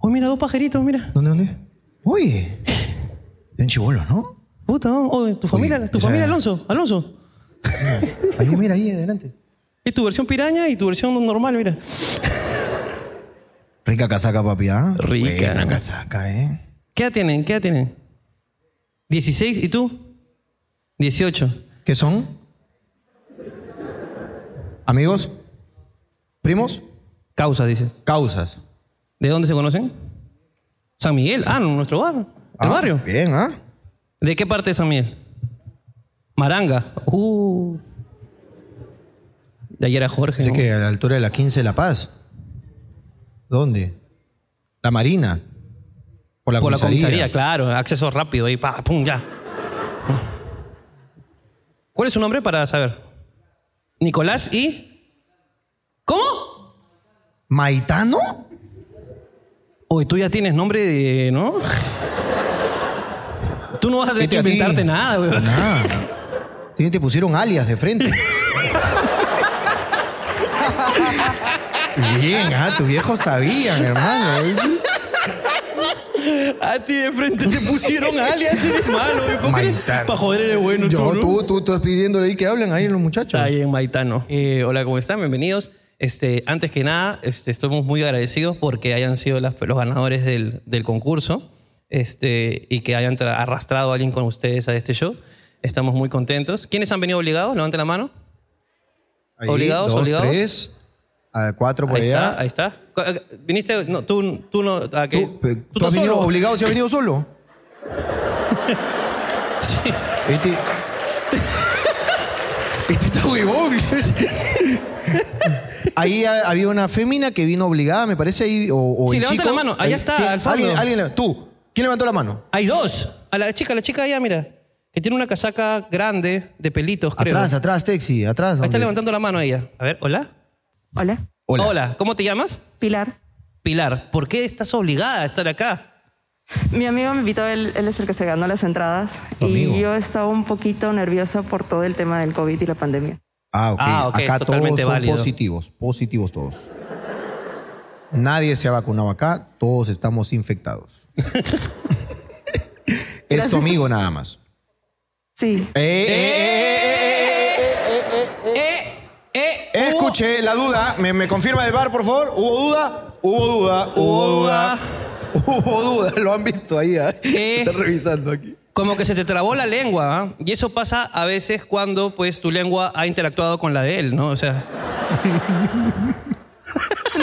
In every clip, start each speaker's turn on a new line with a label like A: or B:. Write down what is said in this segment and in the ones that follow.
A: Uy, mira, dos pajeritos, mira.
B: ¿Dónde, dónde? Uy. Eran chibolos, ¿no?
A: Puta, ¿no? Oye, tu familia, tu
B: esa-
A: familia Alonso, Alonso.
B: Ahí, mira, ahí, adelante.
A: Es tu versión piraña y tu versión normal, mira.
B: Rica casaca, papi, ¿ah?
A: Rica.
B: Buena casaca, ¿eh?
A: ¿Qué edad tienen? ¿Qué edad tienen? 16 y tú? 18.
B: ¿Qué son? Amigos, primos,
A: Causas, dices.
B: causas.
A: ¿De dónde se conocen? San Miguel. Ah, no, nuestro bar. El
B: Ah,
A: barrio.
B: Bien, ¿ah?
A: ¿De qué parte de San Miguel? Maranga. Uh. De ayer era Jorge.
B: Así
A: ¿no?
B: que a la altura de la 15 de La Paz. ¿Dónde? La Marina. Por la
A: Por la
B: comisaría.
A: comisaría, claro. Acceso rápido ahí, pa, pum, ya. ¿Cuál es su nombre para saber? Nicolás y. ¿Cómo?
B: ¿Maitano?
A: Oye, tú ya tienes nombre de. ¿No? Tú no vas a tener que
B: Vete a ti.
A: inventarte nada, weón.
B: Nada. Te te pusieron alias de frente. Bien, ah, tus viejos sabían, hermano.
A: A ti de frente te pusieron alias, eres malo, weón.
B: Maitano.
A: Para joder, eres bueno.
B: Yo,
A: ¿no?
B: tú, tú, tú estás pidiéndole ahí que hablen ahí los muchachos.
A: Está ahí en Maitano. Eh, hola, ¿cómo están? Bienvenidos. Este, antes que nada, este, estamos muy agradecidos porque hayan sido las- los ganadores del, del concurso este, y que hayan tra- arrastrado a alguien con ustedes a este show. Estamos muy contentos. ¿Quiénes han venido obligados? Levanten la mano.
B: Ahí,
A: obligados,
B: dos,
A: obligados.
B: tres, ah, cuatro por
A: ahí
B: allá.
A: está, ahí está. Co- eh, Viniste, no, tú, tú no, a que,
B: ¿Tú, pe- tú
A: estás
B: has venido
A: solo.
B: obligado si has venido solo?
A: Sí.
B: Este, este está huevón. Ahí ha- había una fémina que vino obligada, me parece, ahí, o, o
A: Sí,
B: el
A: levanta
B: chico.
A: la mano. Allá
B: Ahí-
A: está,
B: ¿quién?
A: al fondo.
B: Alguien, alguien le- tú. ¿Quién levantó la mano?
A: Hay dos. A la chica, la chica allá, mira, que tiene una casaca grande de pelitos, creo.
B: Atrás, atrás, Texi,
A: Ahí
B: atrás.
A: está
B: hombre.
A: levantando la mano ella. A ver, hola.
C: Hola,
B: Hola.
A: Hola, ¿cómo te llamas?
C: Pilar.
A: Pilar, ¿por qué estás obligada a estar acá?
C: Mi amigo me invitó, él, él es el que se ganó las entradas
B: Tu amigo.
C: y yo estaba un poquito nerviosa por todo el tema del COVID y la pandemia.
B: Ah, ok.
A: Ah, ok,
B: Acá todos son
A: totalmente válido.
B: positivos, positivos todos. Nadie se ha vacunado acá, todos estamos infectados. es tu amigo nada más.
C: Sí,
B: Eh, eh, eh, eh, eh, eh, eh.
A: eh, Uh.
B: Escuche la duda. ¿Me, me confirma el bar, por favor? ¿Hubo duda? Hubo duda, hubo duda. Hubo duda, lo han visto ahí. ¿ah?
A: Eh.
B: Están revisando aquí.
A: Como que se te trabó la lengua, ¿ah? y eso pasa a veces cuando pues tu lengua ha interactuado con la de él, ¿no? O sea,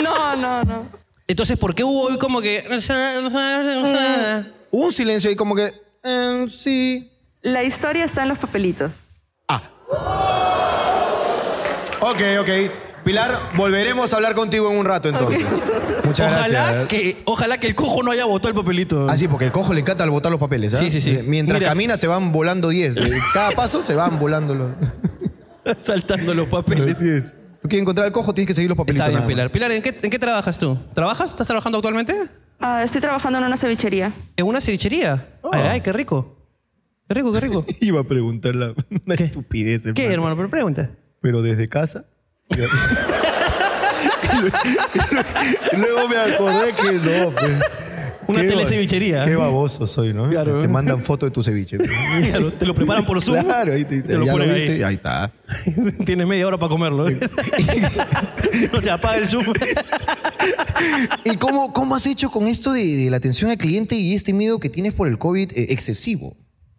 C: no, no, no.
A: entonces ¿por qué hubo hoy como que
B: Hubo un silencio ahí como que. eh, sí.
C: La historia está en los papelitos.
B: Ah. Ok, ok. Pilar, volveremos a hablar contigo en un rato entonces. Muchas
A: ojalá
B: gracias.
A: que ojalá que el cojo no haya botado el papelito.
B: Ah, sí, porque el cojo le encanta al botar los papeles, ¿ah?
A: Sí, sí, sí.
B: Eh, Mientras
A: Mira.
B: camina se van volando 10. De Cada paso se van volando los...
A: saltando los papeles.
B: es. Tú quieres encontrar al cojo, tienes que seguir los papelitos.
A: Está bien,
B: nada
A: Pilar.
B: más.
A: Pilar, ¿en qué, en qué trabajas tú? ¿Trabajas? ¿Estás trabajando actualmente?
C: Ah, estoy trabajando en una cevichería.
A: En una cevichería.
B: Oh.
A: Ay, ay, qué rico. Qué rico, qué rico.
B: Iba a preguntar la, una estupidez,
A: ¿Qué, hermano? Pero pregunta.
B: Pero desde casa... Y Luego me acordé que no. pues.
A: Una
B: Qué ba-
A: telecevichería.
B: Qué baboso soy, ¿no?
A: Claro.
B: Te mandan foto de tu ceviche.
A: Claro, te lo preparan por Zoom.
B: Claro, ahí te,
A: Te lo
B: ya
A: ponen
B: viste,
A: ahí.
B: ahí está.
A: Tienes media hora para comerlo. ¿eh? no se apaga el Zoom.
B: ¿Y cómo, cómo has hecho con esto de, de la atención al cliente y este miedo que tienes por el COVID eh, excesivo?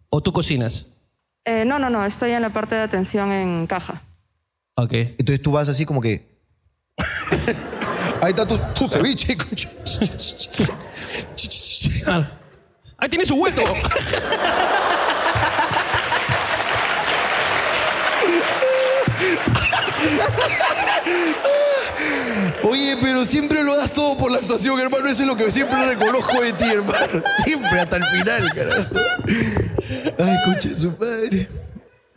A: ¿O tú cocinas?
C: Eh, no, no, no, estoy en la parte de atención en caja.
A: Ok.
B: Entonces tú vas así como que. Ahí está tu, tu ceviche. concha.
A: Ah. ¡Ahí tiene su vuelto!
B: Oye, pero siempre lo das todo por la actuación, hermano. Eso es lo que siempre reconozco de ti, hermano. Siempre, hasta el final, carajo. Ay, escucha su padre.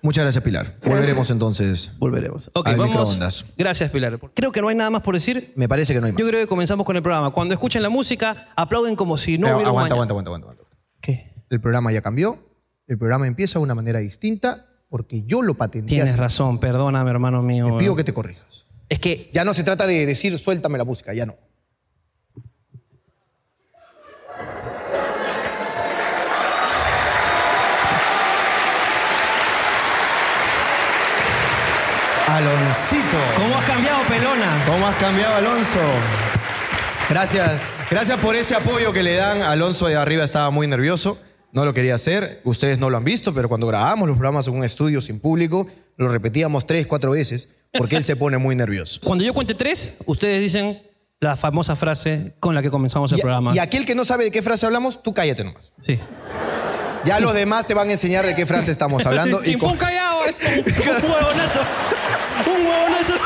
B: Muchas gracias, Pilar. Volveremos entonces.
A: Volveremos. Ok,
B: Al
A: vamos.
B: microondas.
A: Gracias, Pilar. Creo que no hay nada más por decir.
B: Me parece que no hay más.
A: Yo creo que comenzamos con el programa. Cuando escuchen la música, aplauden como si no
B: Pero
A: hubiera un
B: Eh, aguanta,
A: mañana.
B: aguanta, aguanta, aguanta, aguanta.
A: ¿Qué?
B: El programa ya cambió. El programa empieza de una manera distinta porque yo lo patenté.
A: Tienes
B: así.
A: razón, perdóname, hermano mío.
B: Te pido que te corrijas.
A: Es que
B: Ya no se trata de decir suéltame la música, ya no. Papacito.
A: ¿Cómo has cambiado, pelona?
B: ¿Cómo has cambiado, Alonso? Gracias. Gracias por ese apoyo que le dan. Alonso de arriba estaba muy nervioso. No lo quería hacer. Ustedes no lo han visto, pero cuando grabamos los programas en un estudio sin público, lo repetíamos tres, cuatro veces, porque él se pone muy nervioso.
A: Cuando yo cuente tres, ustedes dicen la famosa frase con la que comenzamos el
B: Y-
A: Este programa.
B: Y aquel que no sabe de qué frase hablamos, tú cállate nomás.
A: Sí.
B: Ya los demás te van a enseñar de qué frase estamos hablando. y
A: Chimpún
B: con-
A: callado. Un huevonazo. Un huevonazo.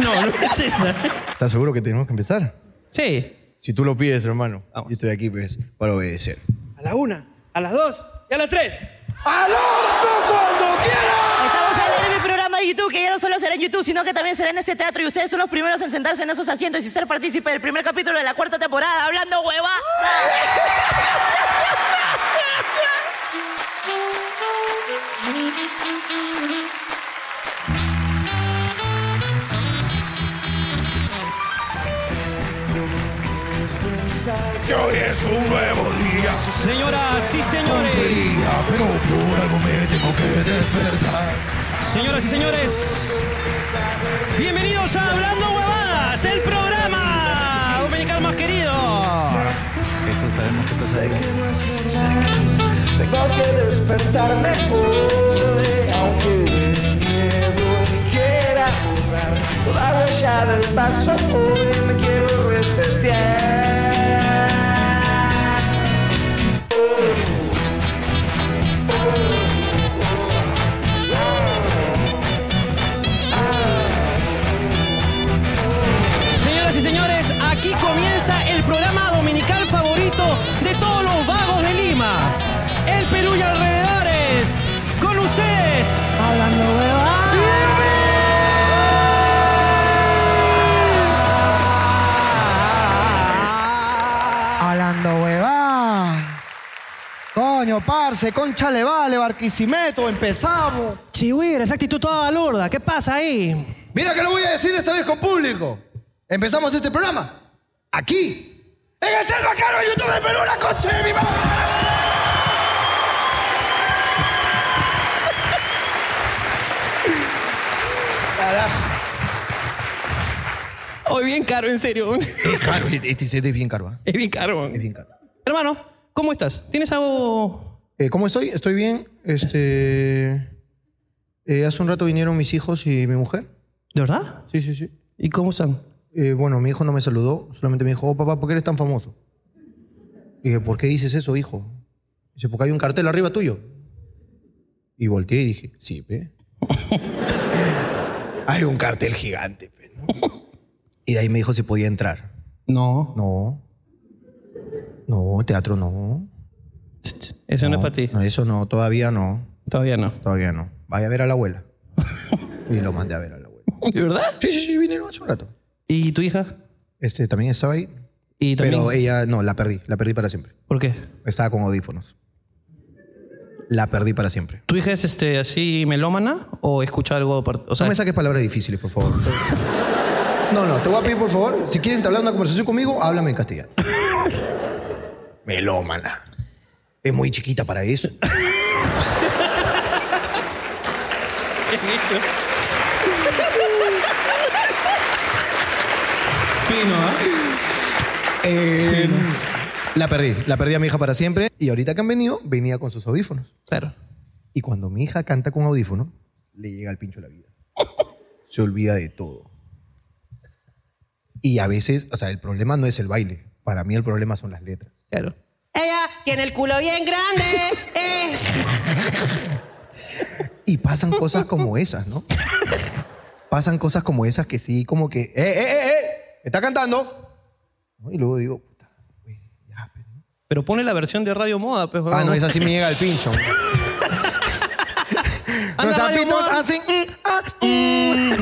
A: No, no es esa.
B: ¿Estás seguro que tenemos que empezar?
A: Sí.
B: Si tú lo pides, hermano.
A: Vamos.
B: Yo estoy aquí pues, para obedecer.
D: A la una, a las dos y a las tres.
B: ¡Alonso cuando quiera!
E: Estamos al aire en el programa de YouTube, que ya no solo será en YouTube, sino que también será en este teatro. Y ustedes son los primeros en sentarse en esos asientos y ser partícipes del primer capítulo de la cuarta temporada, hablando hueva.
F: Que hoy es un nuevo día.
A: Señoras y señores.
F: Día, pero por algo me tengo que despertar.
A: Señoras y señores, bienvenidos a Hablando Huevadas, el programa dominical más querido.
G: Tengo que despertarme hoy, aunque el miedo me quiera borrar. Toda huella del paso hoy me quiero resetear.
A: Señoras y señores, aquí comienza el programa dominical favorito de todos los vagos de Lima, el Perú y alrededores. Con ustedes, Hablando Huevadas.
B: Hablando huevá. Coño, parce, concha le vale, barquisimeto, empezamos.
A: Chihuahua, esa actitud toda balurda, ¿qué pasa ahí?
B: Mira que lo voy a decir esta vez con público. Empezamos este programa. Aquí. En el Selva Caro de YouTube de Perú, la concha de mi mamá. Carajo.
A: Hoy bien caro, en serio.
B: Es caro, este set es bien caro. ¿ah?
A: Es bien caro.
B: Es bien caro.
A: Hermano, ¿cómo estás? ¿Tienes algo?
B: Eh, ¿Cómo estoy? Estoy bien. Este. eh, hace un rato vinieron mis hijos y mi mujer.
A: ¿De verdad?
B: Sí, sí, sí.
A: ¿Y cómo están?
B: Eh, bueno, mi hijo no me saludó, solamente me dijo, oh papá, ¿por qué eres tan famoso? Y dije, ¿por qué dices eso, hijo? Dice, porque hay un cartel arriba tuyo. Y volteé y dije, sí, pe. hay un cartel gigante, pe. ¿no?". Y de ahí me dijo si podía entrar.
A: No.
B: No. No, teatro no.
A: Eso no, es para ti.
B: No, eso no, todavía no.
A: Todavía no.
B: Todavía no. Vaya a ver a la abuela. y lo mandé a ver a la abuela.
A: ¿De verdad?
B: Sí, sí, sí, vinieron hace un rato.
A: ¿Y tu hija?
B: Este también estaba ahí.
A: ¿Y también?
B: Pero ella, no, la perdí, la perdí para siempre.
A: ¿Por qué?
B: Estaba con audífonos. La perdí para siempre.
A: ¿Tu hija es este, así melómana o escucha algo? par- O sea,
B: No me saques palabras difíciles, por favor. No, no, te voy a pedir, por favor, si quieres entablar una conversación conmigo, háblame en castellano. Melómana. Es muy chiquita para eso.
A: fino, ¿eh?
B: Eh, la perdí, la perdí a mi hija para siempre. Y ahorita que han venido, venía con sus audífonos.
A: Claro.
B: Y cuando mi hija canta con audífono, le llega al pincho la vida. Se olvida de todo. Y a veces, o sea, el problema no es el baile. Para mí el problema son las letras.
A: Claro.
E: Ella tiene el culo bien grande. eh.
B: Y pasan cosas como esas, ¿no? Pasan cosas como esas que sí, como que, ¡eh, eh, eh, eh! ¡Está cantando! ¿No? Y luego digo, puta.
A: Pero pone la versión de Radio Moda, pues.
B: Ah,
A: huevón.
B: no, esa sí me llega al pincho.
A: Anda, Radio Moda.
B: ah, "Mm,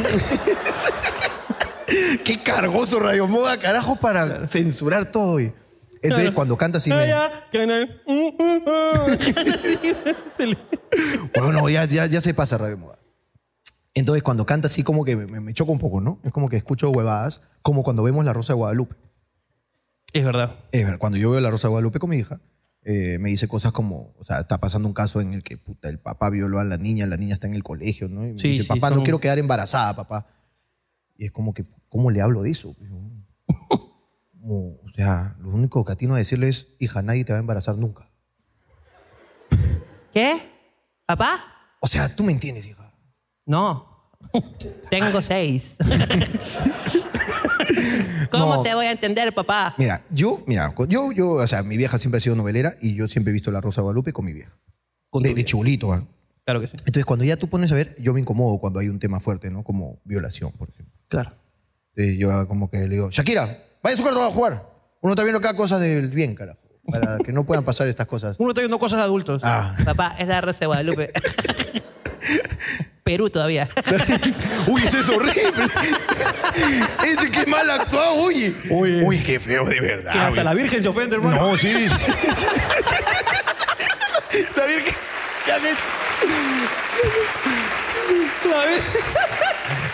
B: Qué cargoso Radio Moda, carajo, para censurar todo. güey. Entonces,
A: Claro.
B: cuando canta así, me,
A: Ella tiene-
B: bueno, ya, ya, ya se pasa Radio Moda. Entonces, cuando canta así, como que me, me choca un poco, ¿no? Es como que escucho huevadas, como cuando vemos La Rosa de Guadalupe.
A: Es verdad.
B: Es verdad, cuando yo veo La Rosa de Guadalupe con mi hija, eh, me dice cosas como, o sea, está pasando un caso en el que, puta, el papá violó a la niña, la niña está en el colegio, ¿no? Y me
A: Sí,
B: dice,
A: sí,
B: papá, no
A: son-
B: quiero quedar embarazada, papá. Y es como que, ¿cómo le hablo de eso? Pues, weón? Como, o sea, lo único que atino a decirle es, hija, nadie te va a embarazar nunca.
E: ¿Qué? ¿Papá?
B: O sea, tú me entiendes, hija.
E: No. Tengo seis. ¿Cómo
B: No.
E: te voy a entender, papá?
B: Mira, yo, mira, cu- yo, yo, o sea, mi vieja siempre ha sido novelera y yo siempre he visto La Rosa de Guadalupe con mi vieja.
A: Con
B: de,
A: tu
B: de
A: vieja.
B: chibulito, ¿ah?
A: Claro que sí.
B: Entonces, cuando ya tú pones a ver, yo me incomodo cuando hay un tema fuerte, ¿no? Como violación, por ejemplo.
A: Claro.
B: Entonces, yo como que le digo, Shakira, vaya a su cuarto a jugar. Uno está viendo acá cosas del bien, carajo. Para que no puedan pasar estas cosas.
A: Uno está viendo cosas de adultos.
B: Ah.
E: Papá, es la Rosa de Guadalupe. Perú todavía.
B: Uy, ese es horrible. ese que mal actuado, oye.
H: Oye.
B: Uy, qué feo, de verdad.
H: Que hasta
B: oye.
H: la Virgen se ofende, hermano.
B: No, sí. la Virgen. ¿Qué han hecho? La Virgen.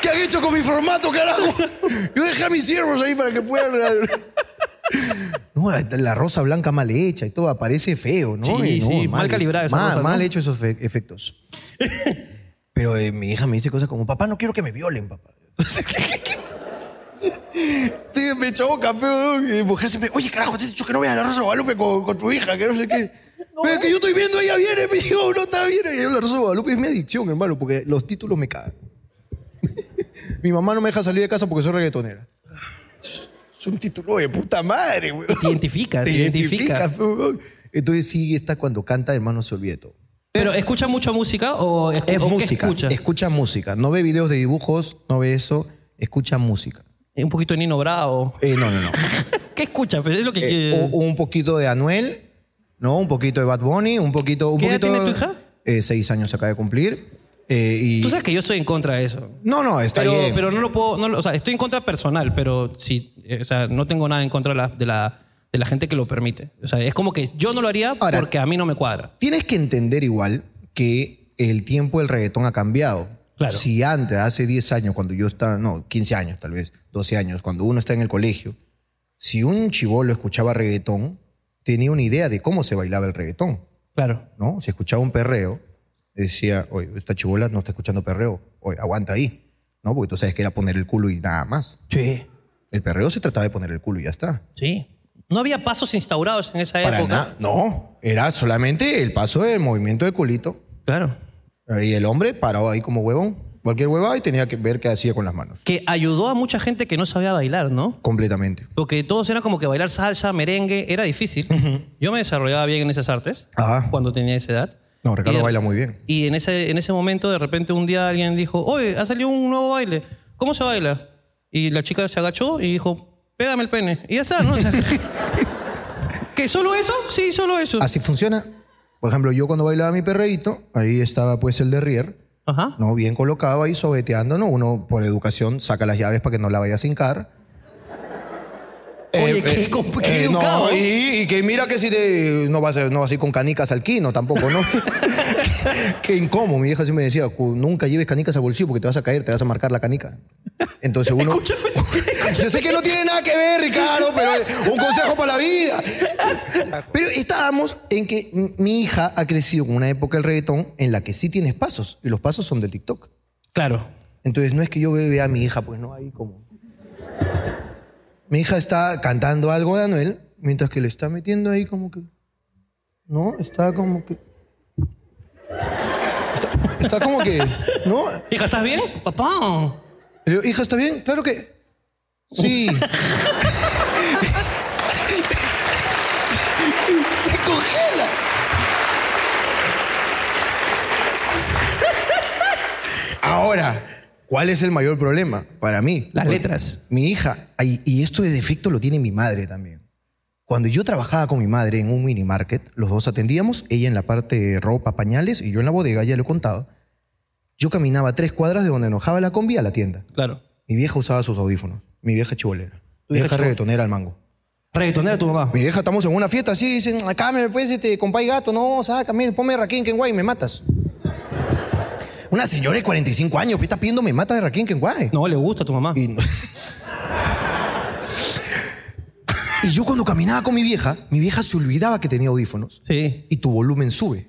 B: ¿Qué han hecho con mi formato, carajo? Yo dejé a mis siervos ahí para que puedan. No, la rosa blanca mal hecha y todo aparece feo, ¿no?
A: Sí,
B: Y no,
A: sí, mal calibrada esa
B: mal,
A: rosa, ¿no?
B: mal hecho esos fe- efectos. Pero eh, mi hija me dice cosas como, papá, no quiero que me violen, papá. Sí, me choca, pero mi mujer siempre, oye, carajo, te he dicho que no veas a la Rosa de Guadalupe con, con tu hija, que no sé qué. Pero que yo estoy viendo, ella viene, me dijo, no está bien. Y yo, la Rosa de Guadalupe es mi adicción, hermano, porque los títulos me cagan. mi mamá no me deja salir de casa porque soy reggaetonera. Es un título de puta madre, güey.
A: Te identifica, te identifica.
B: weón. Entonces sí, está cuando canta, hermano, se olvida de todo.
A: Pero, ¿escucha mucha música o, escu-
B: Es
A: o qué
B: música,
A: escucha?
B: escucha música. No ve videos de dibujos, no ve eso, escucha música.
A: Un poquito de Nino Bravo.
B: Eh, no, no, no.
A: ¿Qué escucha? Pero es lo que...
B: Eh,
A: que-
B: un- un poquito de Anuel, ¿no? Un poquito de Bad Bunny, un poquito... Un
A: ¿Qué edad
B: poquito,
A: tiene tu hija?
B: Eh, seis años acaba de cumplir. Eh, y-
A: Tú sabes que yo estoy en contra de eso.
B: No, no, está
A: Pero,
B: bien.
A: pero no lo puedo... no lo- o sea, estoy en contra personal, pero sí... eh, o sea, no tengo nada en contra de la, de, la, de la gente que lo permite. O sea, es como que yo no lo haría
B: Ahora-
A: porque a mí no me cuadra.
B: Tienes que entender igual que el tiempo del reggaetón ha cambiado.
A: Claro.
B: Si antes, hace 10 años, cuando yo estaba, no, 15 años tal vez, 12 años, cuando uno está en el colegio, si un chivolo escuchaba reggaetón, tenía una idea de cómo se bailaba el reggaetón.
A: Claro.
B: ¿no? Si escuchaba un perreo, decía, oye, esta chibola no está escuchando perreo, oye, aguanta ahí, ¿no? Porque tú sabes que era poner el culo y nada más.
A: Sí.
B: El perreo se trataba de poner el culo y ya está.
A: Sí. No había pasos instaurados en esa época.
B: nada. No, era solamente el paso del movimiento del culito. eh,
A: Claro.
B: Y el hombre parado ahí como huevón, cualquier huevada y tenía que ver qué hacía con las manos.
A: Que ayudó a mucha gente que no sabía bailar, ¿no?
B: Completamente.
A: Porque todos eran como que bailar salsa, merengue, era difícil. Yo me desarrollaba bien en esas artes
B: Ajá.
A: cuando tenía esa edad.
B: No, Ricardo
A: Y de-
B: baila muy bien.
A: Y en ese, en ese momento, de repente, un día alguien dijo, oye, ha salido un nuevo baile, ¿cómo se baila? Y la chica se agachó y dijo, pégame el pene. Y ya está, ¿no? O sea, ¿Que solo eso? Sí, solo eso.
B: Así funciona. Por ejemplo, yo cuando bailaba mi perreíto, ahí estaba pues el de Rier,
A: Ajá.
B: ¿no? Bien colocado ahí, sobeteando, ¿no? Uno, por educación, saca las llaves para que no la vaya a sincar. Eh,
A: Oye, qué com- qué educado.
B: No, y, y que mira que si te, no, vas a, no vas a ir con canicas al quino tampoco, ¿no? qué incómodo. Mi vieja siempre decía, "Cu- nunca lleves canicas al bolsillo porque te vas a caer, te vas a marcar la canica. Entonces uno... Yo sé que no tiene nada que ver, Ricardo, pero un consejo para la vida. Pero estábamos en que m- mi hija ha crecido con una época del reggaetón en la que sí tienes pasos, y los pasos son del TikTok.
A: Claro.
B: Entonces no es que yo vea a mi hija, pues no, ahí como... Mi hija está cantando algo de Anuel, mientras que le está metiendo ahí como que... No, está como que... Está, está como que... No,
A: Hija, ¿estás bien? Papá.
B: le digo, hija, ¿está bien? Claro que... Sí. Se congela. Ahora, ¿cuál es el mayor problema para mí?
A: Las letras.
B: Mi hija, ay, y esto de defecto lo tiene mi madre también. Cuando yo trabajaba con mi madre en un mini market, los dos atendíamos, ella en la parte de ropa, pañales y yo en la bodega, ya lo he contado. Yo caminaba tres cuadras de donde enojaba la combi a la tienda.
A: Claro.
B: Mi vieja usaba sus audífonos. Mi vieja chibolera. Mi vieja reggaetonera al mango.
A: Reggaetonera tu mamá.
B: Mi vieja, estamos en una fiesta así, dicen, acá me puedes, este, compay gato, no, sácame, ponme Raquín Kenguay, me matas. Una señora de 45 años, ¿qué está pidiendo me mata de Raquín Kenguay?
A: No, le gusta a tu mamá.
B: Y, no- Y yo cuando caminaba con mi vieja, mi vieja se olvidaba que tenía audífonos
A: Sí,
B: y tu volumen sube.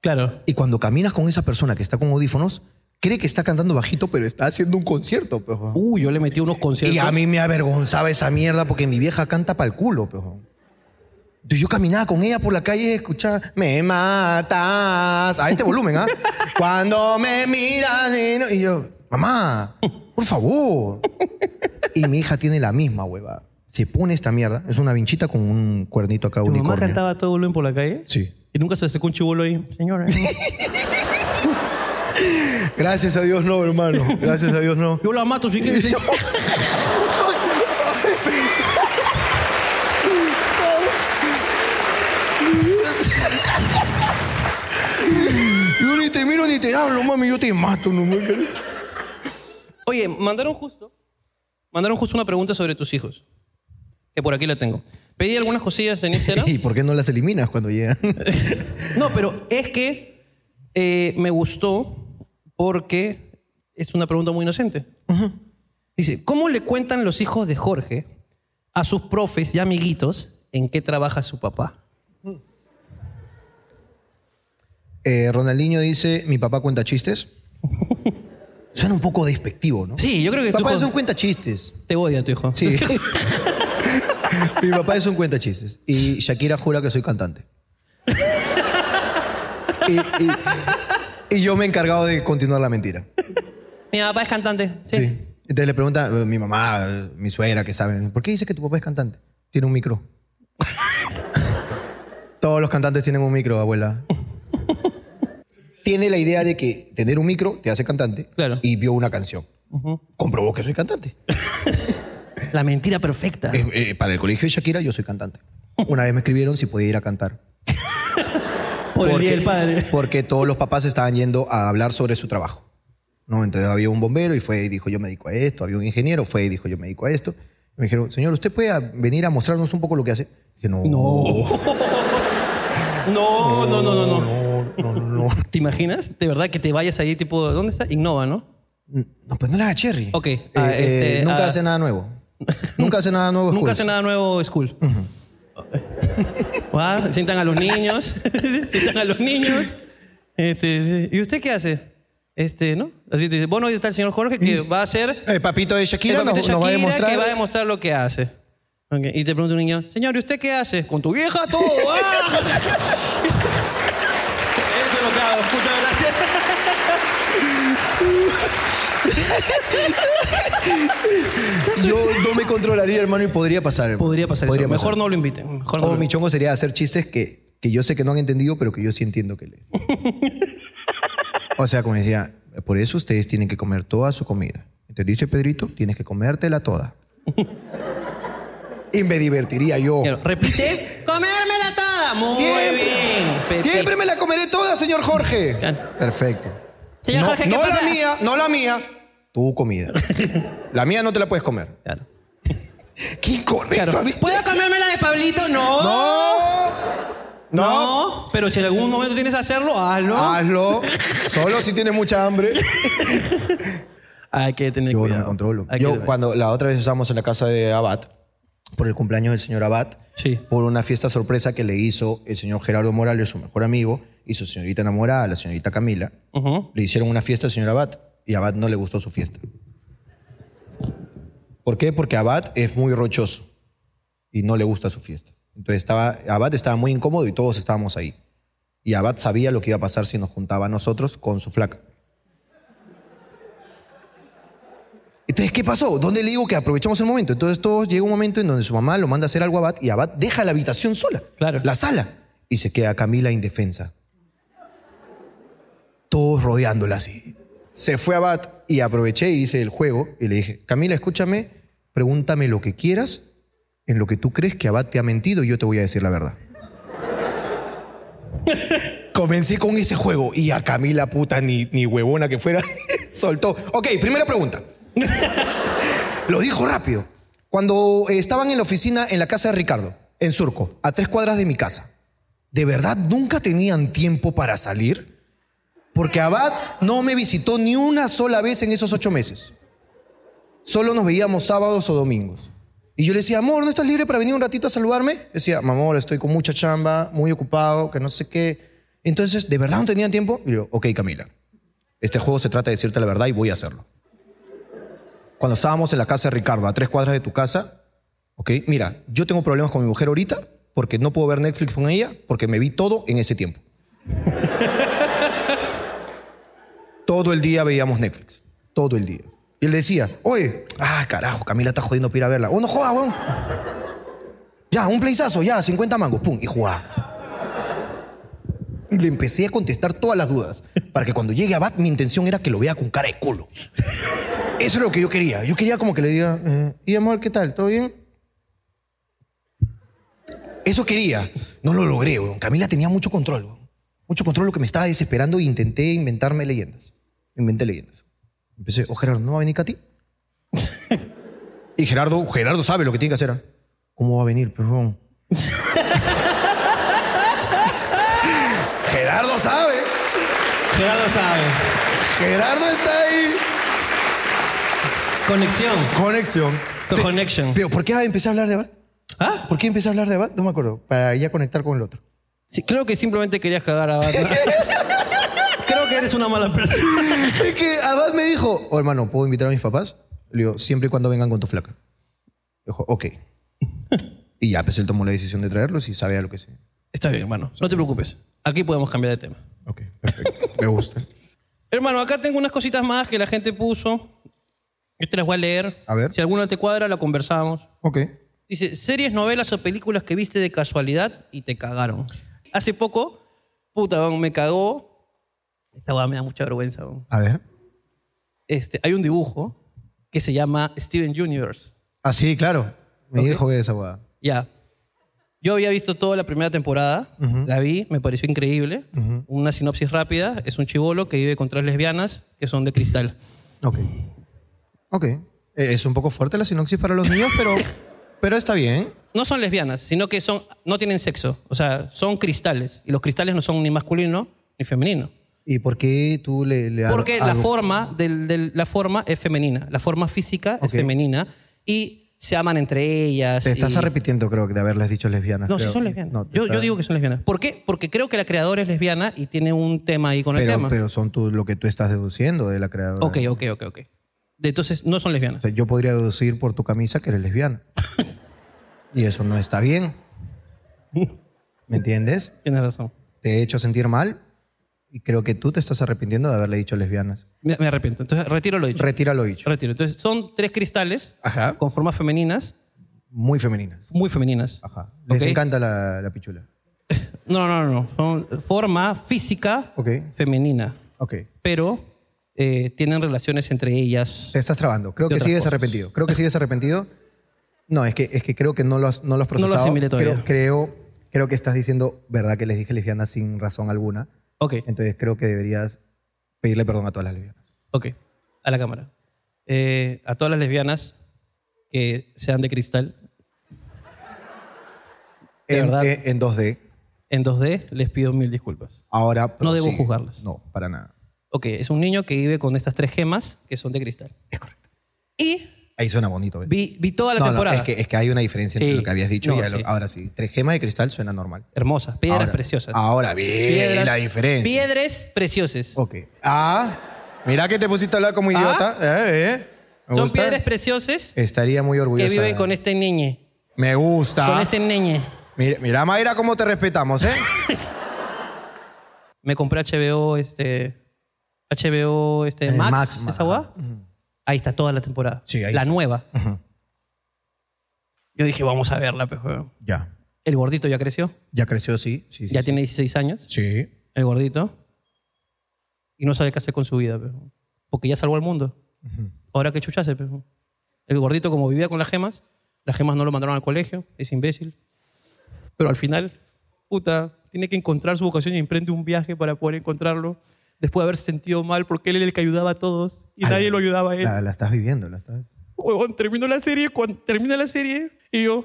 A: claro.
B: Y cuando caminas con esa persona que está con audífonos, cree que está cantando bajito, pero está haciendo un concierto, pues. pejo.
A: Uy, Uh, yo le metí unos conciertos.
B: Y a mí me avergonzaba esa mierda porque mi vieja canta pa'l culo, pejo. Entonces yo caminaba con ella por la calle y escuchaba, me matas, a este volumen, ¿ah? Cuando me miras y, no- y yo, mamá, por favor. Y mi hija tiene la misma hueva. Se pone esta mierda, es una vinchita con un cuernito acá
A: ¿Tu mamá
B: unicornio.
A: cantaba a todo volumen por la calle?
B: Sí.
A: Y nunca se acercó un chibolo ahí, señora.
B: Gracias a Dios no, hermano. Gracias a Dios no.
A: yo la mato si quieres. señor.
B: Yo ni te miro ni te hablo, mami, yo te mato, no mami.
A: Oye, mandaron justo. Mandaron justo una pregunta sobre tus hijos. Que por aquí la tengo. Pedí algunas cosillas en Instagram.
B: ¿Y por qué no las eliminas cuando llegan?
A: No, pero es que eh, me gustó porque es una pregunta muy inocente. Dice, ¿cómo le cuentan los hijos de Jorge a sus profes y amiguitos en qué trabaja su papá?
B: Eh, Ronaldinho dice, mi papá cuenta chistes. Suena un poco despectivo, ¿no?
A: Sí, yo creo que tu
B: Papá
A: hijo-
B: es un cuenta chistes.
A: Te odia tu hijo.
B: Sí. mi papá es un cuenta chistes. Y Shakira jura que soy cantante. y, y- y yo me he encargado de continuar la mentira.
A: Mi papá es cantante. Sí.
B: Sí. Entonces le pregunta eh, mi mamá, eh, mi suegra, que saben, ¿por qué dice que tu papá es cantante? Tiene un micro. Todos los cantantes tienen un micro, abuela. Tiene la idea de que tener un micro te hace cantante
A: Claro.
B: y vio una canción. Comprobó que soy cantante.
A: La mentira perfecta.
B: Eh, eh, para el colegio de Shakira yo soy cantante. Una vez me escribieron si podía ir a cantar.
A: Por el día
B: Porque-
A: del padre.
B: Porque todos los papás estaban yendo a hablar sobre su trabajo. ¿no? Entonces había un bombero y fue y dijo, yo me dedico a esto. Había un ingeniero, fue y dijo, yo me dedico a esto. Me dijeron, señor, ¿usted puede venir a mostrarnos un poco lo que hace? Dije, no. No.
A: No, no, no, no, no.
B: No, no, no.
A: ¿Te imaginas? De verdad que te vayas ahí tipo, ¿dónde está? Innova, ¿no?
B: No, pues no le haga cherry.
A: Ok,
B: Eh,
A: ah,
B: eh,
A: este,
B: nunca
A: ah.
B: hace nada nuevo. Nunca hace nada nuevo. pues.
A: Nunca
B: Schools.
A: hace nada nuevo School. Va, se sientan a los niños, se sientan a los niños. Este, ¿Y usted qué hace? Este, ¿no? Así te dice, bueno, ahí está el señor Jorge que va a hacer...
B: El Eh, papito de
A: el
B: Shakira,
A: papito
B: nos, nos va a
A: Shakira,
B: demostrar.
A: Que va a demostrar lo que hace. Ok, Y te pregunta un niño, señor, ¿y usted qué hace? Con tu vieja todo. ah". Eso es lo que hago. Muchas gracias.
B: Yo no me controlaría, hermano, y podría pasar. hermano.
A: Podría pasar
B: Podría
A: eso. Mejor
B: pasar.
A: no lo inviten. Mejor no
B: O
A: lo
B: mi
A: inviten.
B: chongo sería hacer chistes que, que yo sé que no han entendido, pero que yo sí entiendo que le. o sea, como decía, por eso ustedes tienen que comer toda su comida. ¿Entendiste, Pedrito? Tienes que comértela toda. y me divertiría yo.
A: Claro, Repite. Comérmela toda. Muy
B: Siempre.
A: bien. Perfecto.
B: Siempre me la comeré toda, señor Jorge.
A: Claro.
B: Perfecto.
E: Señor
B: no
E: Jorge, ¿qué
B: no
E: pasa?
B: la mía, no la mía. Tu comida. la mía no te la puedes comer.
A: Claro.
B: Qué incorrecto.
A: Claro.
B: ¿viste?
A: ¿Puedo comerme la de Pablito? No.
B: No. Ah, No.
A: No, pero si en algún momento tienes que hacerlo, hazlo.
B: Hazlo. Solo si tienes mucha hambre.
A: Hay que tener
B: Yo no
A: cuidado.
B: me controlo.
A: Hay que
B: Yo
A: tener-
B: cuando la otra vez estábamos en la casa de Abad, por el cumpleaños del señor Abad,
A: Sí.
B: por una fiesta sorpresa que le hizo el señor Gerardo Morales, su mejor amigo, y su señorita enamorada, la señorita Camila,
A: Ujú.
B: le hicieron una fiesta al señor Abad y a Abad no le gustó su fiesta. ¿Por qué? Porque Abad es muy rochoso y no le gusta su fiesta. Entonces estaba, Abad estaba muy incómodo y todos estábamos ahí. Y Abad sabía lo que iba a pasar si nos juntaba a nosotros con su flaca. Entonces, ¿qué pasó? ¿Dónde le digo que aprovechamos el momento? Entonces, todos llega un momento en donde su mamá lo manda a hacer algo a Abad y Abad deja la habitación sola.
A: Claro.
B: La sala. Y se queda Camila indefensa. Todos rodeándola así. Se fue Abad y aproveché y hice el juego y le dije, Camila, escúchame, pregúntame lo que quieras, en lo que tú crees que Abad te ha mentido y yo te voy a decir la verdad. Comencé con ese juego y a Camila, puta, ni, ni huevona que fuera, soltó. Ok, primera pregunta. Lo dijo rápido. Cuando eh, estaban en la oficina en la casa de Ricardo, en Surco, a tres cuadras de mi casa, ¿de verdad nunca tenían tiempo para salir? Porque Abad no me visitó ni una sola vez en esos ocho meses. Solo nos veíamos sábados o domingos. Y yo le decía, amor, ¿no estás libre para venir un ratito a saludarme? Decía, "Mi amor, estoy con mucha chamba, muy ocupado, que no sé qué. Entonces, ¿de verdad no tenían tiempo? Y yo, ok, Camila, este juego se trata de decirte la verdad y voy a hacerlo. Cuando estábamos en la casa de Ricardo, a tres cuadras de tu casa, ok, mira, yo tengo problemas con mi mujer ahorita porque no puedo ver Netflix con ella porque me vi todo en ese tiempo. todo el día veíamos Netflix. Todo el día. Y él decía, oye, ah, carajo, Camila está jodiendo para ir a verla. Oh, no jodas, weón. Ya, un pleizazo, ya, 50 mangos, pum, y jugábamos. Y le empecé a contestar todas las dudas para que cuando llegue a Bat, mi intención era que lo vea con cara de culo. Eso es lo que yo quería. Yo quería como que le diga, eh, y amor, ¿qué tal? ¿Todo bien? Eso quería. No lo logré, weón. Camila tenía mucho control, weón. Mucho control, lo que me estaba desesperando e intenté inventarme leyendas. Inventé leyendas. Empecé, oh, Gerardo, ¿no va a venir Katy? y Gerardo, Gerardo sabe lo que tiene que hacer. ¿ah? ¿Cómo va a venir, perdón? Gerardo sabe.
A: Gerardo sabe.
B: Gerardo está ahí.
A: Conexión.
B: Conexión.
A: Co- Connection.
B: Pero ¿por qué empecé a hablar de Bat?
A: ¿Ah?
B: ¿Por qué empecé a hablar de Bat? No me acuerdo. Para ya conectar con el otro.
A: Sí, creo que simplemente querías cagar a Batman. creo que eres una mala persona.
B: Es que Abad me dijo, oh, hermano, ¿puedo invitar a mis papás? Le digo, siempre y cuando vengan con tu flaca. Dijo, ok. Y ya, pues él tomó la decisión de traerlos y sabe a lo que sí.
A: Está bien, hermano. No te preocupes. Aquí podemos cambiar de tema.
B: Ok, perfecto. Me gusta.
A: Hermano, acá tengo unas cositas más que la gente puso. Yo te las voy a leer.
B: A ver.
A: Si alguna te cuadra, la conversamos.
B: Ok.
A: Dice, series, novelas o películas que viste de casualidad y te cagaron. Hace poco, puta, weón, me cagó. Esta weá me da mucha vergüenza. weón.
B: A ver.
A: Este, hay un dibujo que se llama Steven Universe.
B: Ah, sí, claro. Mi hijo ve esa boda.
A: Ya. Yo había visto toda la primera temporada, la vi, me pareció increíble. Una sinopsis rápida, es un chivolo que vive con tres lesbianas que son de cristal.
B: Ok. Ok. Eh, Es un poco fuerte la sinopsis para los niños, pero, pero está bien.
A: No son lesbianas, sino que son, no tienen sexo, o sea, son cristales. Y los cristales no son ni masculino ni femenino.
B: ¿Y por qué tú le, le has-
A: Porque la
B: algo-
A: forma, del, del- la forma es femenina, la forma física
B: Ok.
A: es femenina y se aman entre ellas.
B: Te estás
A: y-
B: arrepintiendo, creo, que de haberles dicho lesbianas.
A: No,
B: creo.
A: sí son lesbianas.
B: No, te
A: yo, yo
B: estás-
A: digo que son lesbianas. ¿Por qué? Porque creo que la creadora es lesbiana y tiene un tema ahí con el
B: pero,
A: tema.
B: pero son tú, lo que tú estás deduciendo de la creadora.
A: Ok, ok, ok, ok. De- Entonces, no son
B: O
A: lesbianas.
B: sea, yo podría deducir por tu camisa que eres lesbiana. y eso no está bien. ¿Me entiendes?
A: Tienes razón.
B: Te he hecho sentir mal y creo que tú te estás arrepintiendo de haberle dicho lesbianas.
A: Me, me arrepiento. Entonces, retiro lo dicho.
B: Retira lo dicho.
A: retiro. Entonces, son tres cristales
B: Ajá.
A: con formas femeninas,
B: Muy femeninas.
A: muy femeninas.
B: Ajá. Les
A: Ok.
B: encanta la, la pichula.
A: No, no, no. no. Son forma física
B: Ok.
A: femenina.
B: Ok.
A: Pero eh, tienen relaciones entre ellas.
B: Te estás trabando. Creo
A: De
B: que
A: otras
B: sigues
A: cosas.
B: arrepentido. Creo que sigues arrepentido. No, es que, es que creo que no lo has, no lo has
A: No lo
B: procesado.
A: asimilé todavía.
B: Creo, creo, creo que estás diciendo verdad que les dije lesbianas sin razón alguna.
A: Ok,
B: Entonces creo que deberías pedirle perdón a todas las lesbianas.
A: ok. A la cámara. Eh, a todas las lesbianas que sean de cristal De
B: en, eh,
A: verdad.
B: en- en 2D.
A: en 2D, les pido mil disculpas.
B: Ahora.
A: No debo
B: prosigue.
A: juzgarlas.
B: No, para nada.
A: Ok, es un niño que vive con estas tres gemas que son de cristal.
B: Es correcto.
A: Y
B: Ahí suena bonito. ¿ves?
A: vi, vi toda la
B: No, no,
A: temporada.
B: es, que, es que hay una diferencia entre
A: Sí.
B: lo que habías dicho
A: No,
B: y a lo-
A: sí.
B: ahora sí. Tres gemas de cristal suena normal.
A: Hermosas, piedras
B: Ahora-
A: preciosas.
B: Ahora bien,
A: Piedras-
B: la diferencia. Oh,
A: Piedras preciosas.
B: Ok. Ah, mirá que te pusiste a hablar como idiota. Eh, eh. Me
A: Ah. Son
B: gusta.
A: piedras preciosas
B: Estaría muy
A: que
B: orgullosa.
A: viven con este niñe.
B: Me gusta.
A: Con este niñe.
B: Mira, mira, Mayra, cómo te respetamos, ¿eh?
A: Me compré HBO, este. HBO, este.
B: Eh,
A: Max,
B: Max,
A: esa
B: ajá.
A: guá. Ahí está toda la temporada.
B: Sí, ahí
A: la
B: está.
A: nueva.
B: Ujú.
A: Yo dije, vamos a verla, pues, weón.
B: ya.
A: El gordito ya creció.
B: Ya creció, sí. sí, sí,
A: ya
B: sí.
A: tiene 16 años.
B: Sí.
A: El gordito. Y no sabe qué hacer con su vida, pues. Porque ya salvó al mundo. Ahora que chuchase, pues. El gordito, como vivía con las gemas, las gemas no lo mandaron al colegio, es imbécil. Pero al final, puta, tiene que encontrar su vocación y emprende un viaje para poder encontrarlo. Después de haberse sentido mal porque él era el que ayudaba a todos y
B: Ah,
A: nadie
B: la-
A: lo ayudaba a él.
B: La, la estás viviendo, la estás.
A: Huevón, terminó la serie, cuando termina la serie, y yo,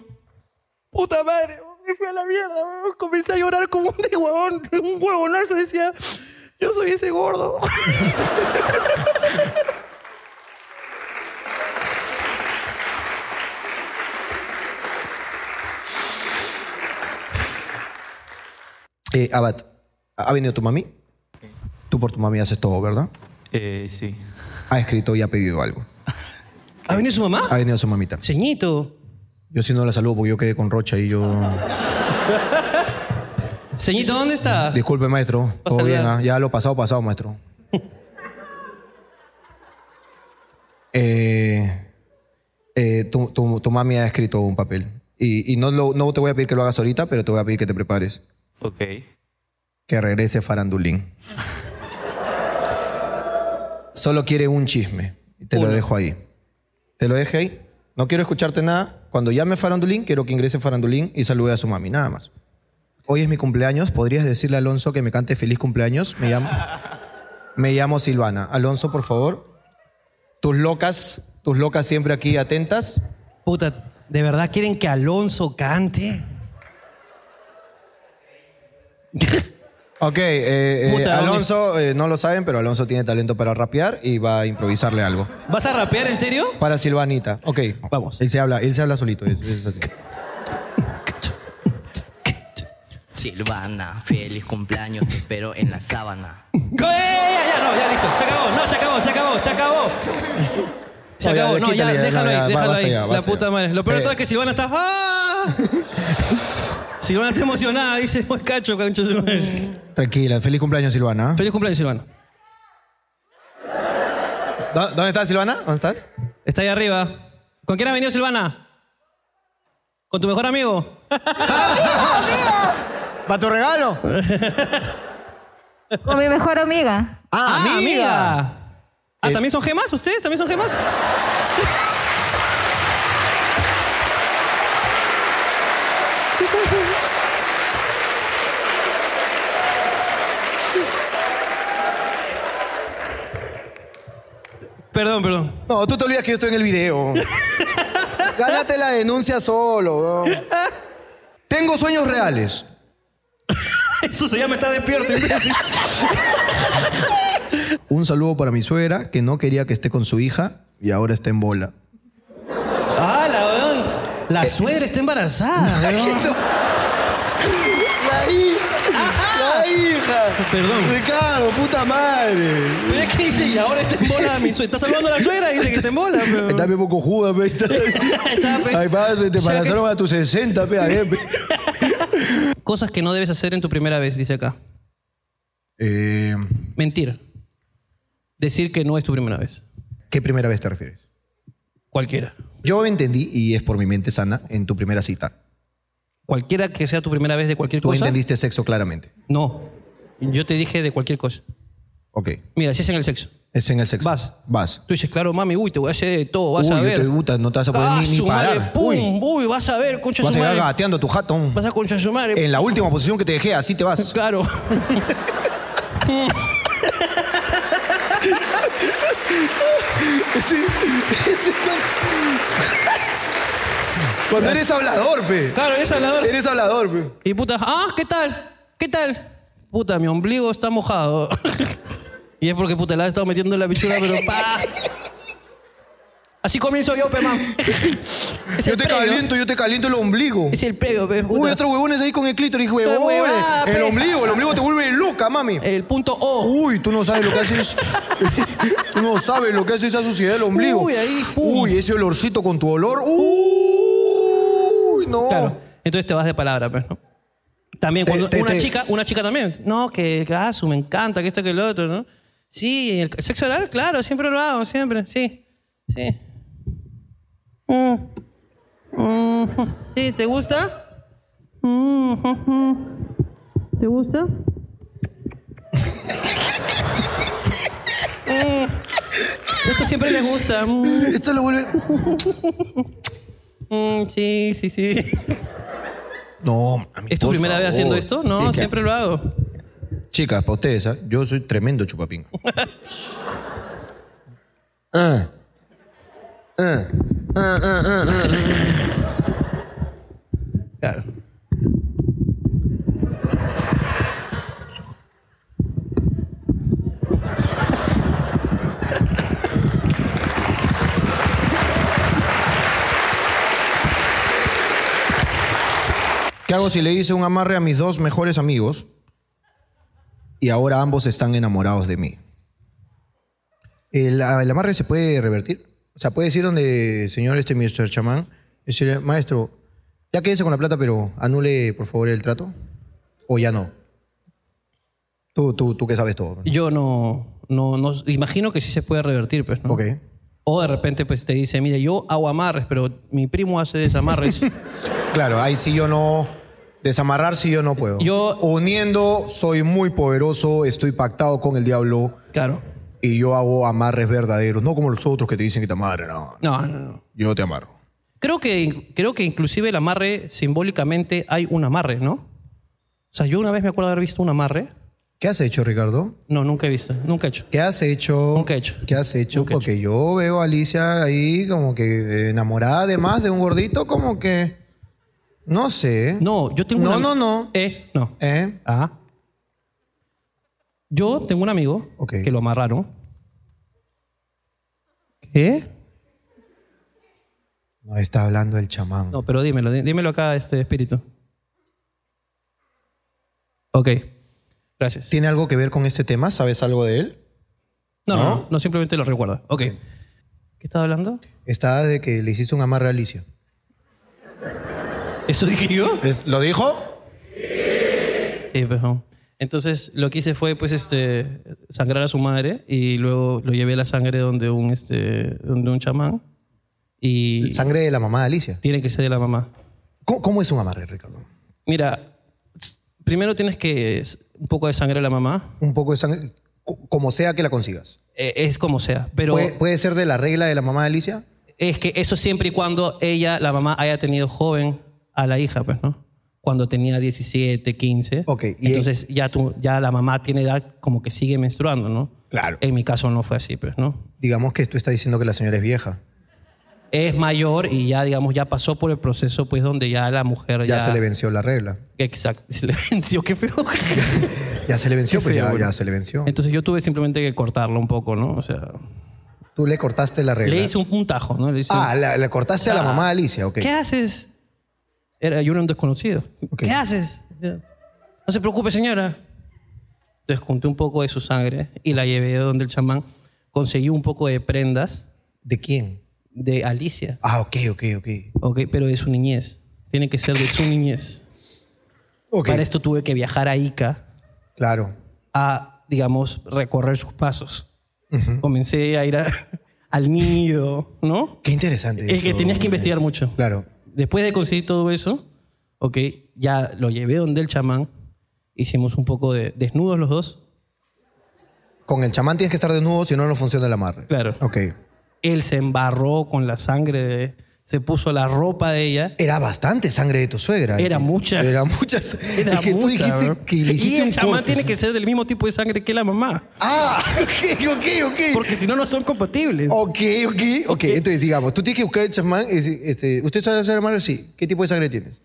A: puta madre, huevón, me fui a la mierda, huevón. comencé a llorar como un de huevón, un huevonazo, decía, yo soy ese gordo.
B: Eh, Abad, ¿ha venido tu mami? Tú por tu mami haces todo, ¿verdad?
H: Eh, sí.
B: Ha escrito y ha pedido algo.
A: ¿Ha venido su
B: Ha
A: mamá?
B: venido su mamita.
A: Ceñito.
B: Yo si no la saludo porque yo quedé con Rocha y yo...
A: Ceñito, ¿dónde está?
B: Disculpe, maestro.
A: a
B: Todo bien,
A: saludar.
B: ¿ah? Ya lo pasado, pasado, maestro. Eh, eh, tu, tu- tu mami ha escrito un papel. Y, y no, lo- no te voy a pedir que lo hagas ahorita, pero te voy a pedir que te prepares.
H: Ok.
B: Que regrese Farandulín. Solo quiere un chisme. Y te lo
A: Uno.
B: dejo ahí. Te lo dejo ahí. No quiero escucharte nada. Cuando llame Farandulín, quiero que ingrese Farandulín y salude a su mami, nada más. Hoy es mi cumpleaños. ¿Podrías decirle a Alonso que me cante feliz cumpleaños? Me llamo, me llamo Silvana. Alonso, por favor. Tus locas, tus locas siempre aquí atentas.
A: Puta, ¿de verdad quieren que Alonso cante?
B: Ok, eh, eh,
A: Puta, ¿dónde-
B: Alonso, eh, no lo saben, pero Alonso tiene talento para rapear y va a improvisarle algo.
A: ¿Vas a rapear en serio?
B: Para Silvanita. Ok.
A: Vamos.
B: Él se habla, él se habla solito. es- es así.
I: Silvana, feliz cumpleaños, te espero en la sábana.
A: ¡Go- eh, Ya, ya, no, ya listo. Se acabó, no, se acabó, se acabó, se acabó. Se
B: No, ya,
A: acabó, no, ya,
B: quítale, ya,
A: déjalo
B: no, ya,
A: ahí,
B: va-
A: déjalo
B: basta
A: ahí.
B: ya,
A: la
B: basta
A: puta
B: ya.
A: madre. Lo peor de
B: Eh.
A: todo es que Silvana está. ¡Ah! Silvana está emocionada, dice, pues cacho, concha de su madre".
B: Tranquila, feliz cumpleaños, Silvana. ¿ah?
A: Feliz cumpleaños, Silvana.
B: ¿Dó- ¿Dónde estás, Silvana? ¿Dónde estás?
A: Está ahí arriba. ¿Con quién has venido, Silvana? ¿Con tu mejor amigo?
B: ¿Para tu regalo? Ah,
J: Con mi mejor amiga.
A: Ah,
B: Eh,
A: ¿también son gemas? ¿Ustedes también son gemas? Perdón, perdón.
B: No, tú te olvidas que yo estoy en el video. Gánate la denuncia solo, weón. Tengo sueños reales.
A: Eso se llama está despierto. imbécil.
B: Un saludo para mi suegra que no quería que esté con su hija y ahora está en bola.
A: ah, la weón. La suegra está embarazada, weón.
B: La hija. La hija.
A: Perdón.
B: Ricardo, puta madre.
A: Pero es que dice, y ahora está en bola mi suegra. Está salvando a la suegra y dice que está en bola, pero-
B: Está bien poco juda, pe. Está-
A: Está, pe.
B: Ay, padre, te
A: O sea que-
B: embarazaron a tus 60, pe. ahí, pe.
A: Cosas que no debes hacer en tu primera vez, dice acá.
B: Eh,
A: Mentir. Decir que no es tu primera vez.
B: ¿Qué primera vez te refieres?
A: Cualquiera.
B: Yo entendí, y es por mi mente sana, en tu primera cita.
A: Cualquiera que sea tu primera vez de cualquier
B: Tú
A: cosa.
B: entendiste sexo claramente.
A: No. Yo te dije de cualquier cosa.
B: Ok.
A: Mira, si es en el sexo.
B: Es en el sexo.
A: Vas.
B: Vas.
A: Tú dices, claro, mami, uy, te voy a hacer de todo, vas
B: Uy,
A: a
B: yo
A: ver.
B: te- puta, no te vas a poder
A: Ah,
B: ni- ni
A: su
B: parar.
A: madre, pum, uy.
B: Uy.
A: vas a ver, concha
B: Vas a
A: su
B: llegar
A: madre.
B: gateando tu jatón.
A: Vas a concha su madre.
B: En la última posición que te dejé, así te vas.
A: Claro.
B: Cuando eres hablador, pe.
A: Claro, eres hablador.
B: Eres hablador, pues. pe.
A: Y puta, ah, ¿qué tal? ¿Qué tal? Puta, mi ombligo está mojado. y es porque puta, la he estado metiendo en la pichura, pero pa. Así comienzo yo, pe, man. Es
B: Yo
A: el
B: te
A: previo.
B: caliento, yo te caliento el ombligo.
A: Es el previo, pe, puta.
B: Uy, otro huevones ahí con el clítoris, huevones.
A: huevada,
B: El
A: pe.
B: ombligo, el ombligo te vuelve loca, mami.
A: El punto O.
B: Uy, tú no sabes lo que haces. tú no sabes lo que hace esa suciedad del ombligo.
A: Uy, ahí, pum.
B: Uy, ese olorcito con tu olor. Uy, no.
A: Claro. Entonces te vas de palabra, pe, ¿no? También
B: Te-
A: cuando
B: te-
A: una
B: te-
A: chica, una chica también. No, que, que ah, su, me encanta, que esto, que el otro, ¿no? Sí, el sexo oral, claro, siempre lo hago, siempre, sí. Sí. Mm. Mm. Sí, ¿te gusta? Mm. ¿Te gusta? Mm. Esto siempre les gusta. Mm.
B: Esto lo vuelve.
A: Mm, sí, sí, sí.
B: No, mami,
A: ¿Es tu
B: por
A: primera vez
B: favor.
A: haciendo esto? No,
B: Es que-
A: siempre lo hago.
B: Chicas, para ustedes, ¿ah? yo soy tremendo chupapín. Ah. Ah. Ah, ah, ah, ah.
A: Claro.
B: ¿Qué hago si le hice un amarre a mis dos mejores amigos y ahora ambos están enamorados de mí. ¿El, el amarre se puede revertir? O sea, puede decir donde, señor, este Mr. Chamán, decirle, maestro, ya quédese con la plata, pero anule, por favor, el trato. ¿O ya no? Tú, tú, tú que sabes todo.
A: Yo no, no, no- Imagino que sí se puede revertir, pues, ¿no?
B: Ok.
A: O de repente pues, te dice, mire, yo hago amarres, pero mi primo hace desamarres.
B: Claro, ahí sí yo no. Desamarrar sí yo no puedo.
A: Yo-
B: Uniendo, soy muy poderoso, estoy pactado con el diablo
A: claro.
B: y yo hago amarres verdaderos. No como los otros que te dicen que te amarran. No,
A: No, no, no.
B: yo te amarro.
A: Creo que, creo que inclusive el amarre, simbólicamente, hay un amarre, ¿no? O sea, yo una vez me acuerdo haber visto un amarre.
B: ¿Qué has hecho, Ricardo?
A: No, nunca he visto, nunca he hecho.
B: ¿Qué has hecho?
A: Nunca he hecho.
B: ¿Qué has hecho?
A: Nunca he
B: Porque yo veo a Alicia ahí como que enamorada además de un gordito, como que. No sé.
A: No, yo tengo
B: No,
A: un ami-
B: no, no.
A: Eh, no.
B: ¿Eh?
A: Ajá. Yo tengo un amigo
B: Ok.
A: que lo amarraron. ¿Qué?
B: No está hablando el chamán.
A: No, pero dímelo, dí- dímelo acá, este espíritu. Ok. Gracias.
B: ¿Tiene algo que ver con este tema? ¿Sabes algo de él?
A: No, no,
B: ¿No?
A: no, no, simplemente lo recuerda. Ok. ¿Qué estaba hablando?
B: Está de que le hiciste un amarre a Alicia.
A: ¿Eso dije yo?
B: ¿Es- ¿Lo dijo?
A: Sí, pues, no. Entonces, lo que hice fue, pues, este, sangrar a su madre y luego lo llevé a la sangre donde un, este, donde un chamán y
B: Sangre de la mamá de Alicia.
A: tiene que ser de la mamá.
B: ¿Cómo, cómo es un amarre, Ricardo?
A: Mira, s- primero tienes que s- un poco de sangre a la mamá,
B: Un poco de sangre. co- Como sea que la consigas.
A: Eh, es como sea, pero
B: ¿Puede, puede ser de la regla de la mamá de Alicia?
A: es que eso siempre y cuando ella, la mamá, haya tenido joven a la hija, pues, ¿no? Cuando tenía 17, 15.
B: Ok, y-
A: Entonces ya, tú, ya la mamá tiene edad como que sigue menstruando, ¿no?
B: Claro.
A: En mi caso no fue así, pues, ¿no?
B: Eh, Digamos que tú estás diciendo que la señora es vieja.
A: es mayor y ya, digamos, ya pasó por el proceso, pues, donde ya la mujer ya...
B: Ya se le venció la regla.
A: Exacto, se le venció, qué feo.
B: Ya se le venció,
A: Qué
B: pues
A: feo,
B: ya,
A: boludo.
B: ya se le venció.
A: Entonces yo tuve simplemente que cortarlo un poco, ¿no? O sea,
B: Tú le cortaste la regla.
A: le hice un puntajo, ¿no? Le hice un-
B: Ah, la- le cortaste a la mamá de Alicia, ok.
A: ¿Qué haces? Era yo era un desconocido.
B: Ok.
A: ¿Qué haces? Ya. No se preocupe, señora. Desconté un poco de su sangre y la llevé donde el chamán. Conseguí un poco de prendas
B: ¿De quién?
A: de Alicia,
B: Ah, ok, ok, ok.
A: ¿ok? Pero de su niñez. Tiene que ser de su niñez.
B: Ok,
A: Para esto tuve que viajar a Ica
B: Claro.
A: a, digamos, recorrer sus pasos. Comencé a ir a- al nido, ¿no?
B: Qué interesante.
A: Es que
B: eso.
A: tenías que investigar mucho.
B: Claro.
A: Después de conseguir todo eso, ok, ya lo llevé donde el chamán, hicimos un poco de desnudos los dos.
B: Con el chamán tienes que estar desnudo, si no, no funciona el amarre.
A: Claro.
B: Ok.
A: Él se embarró con la sangre de... Se puso la ropa de ella.
B: Era bastante sangre de tu suegra.
A: Era mucha.
B: muchas Era mucha.
A: Era
B: es que tú
A: mucha,
B: dijiste
A: bro.
B: que le hiciste
A: y el
B: un
A: chamán
B: corte.
A: tiene que ser del mismo tipo de sangre que la mamá,
B: Ah, ok, ok, ok.
A: porque si no, no son compatibles.
B: Ok, ok, ok. Entonces, digamos, tú tienes que buscar el chamán. y decir, Este, ¿Usted sabe hacer amarre? Sí. ¿Qué tipo de sangre tienes?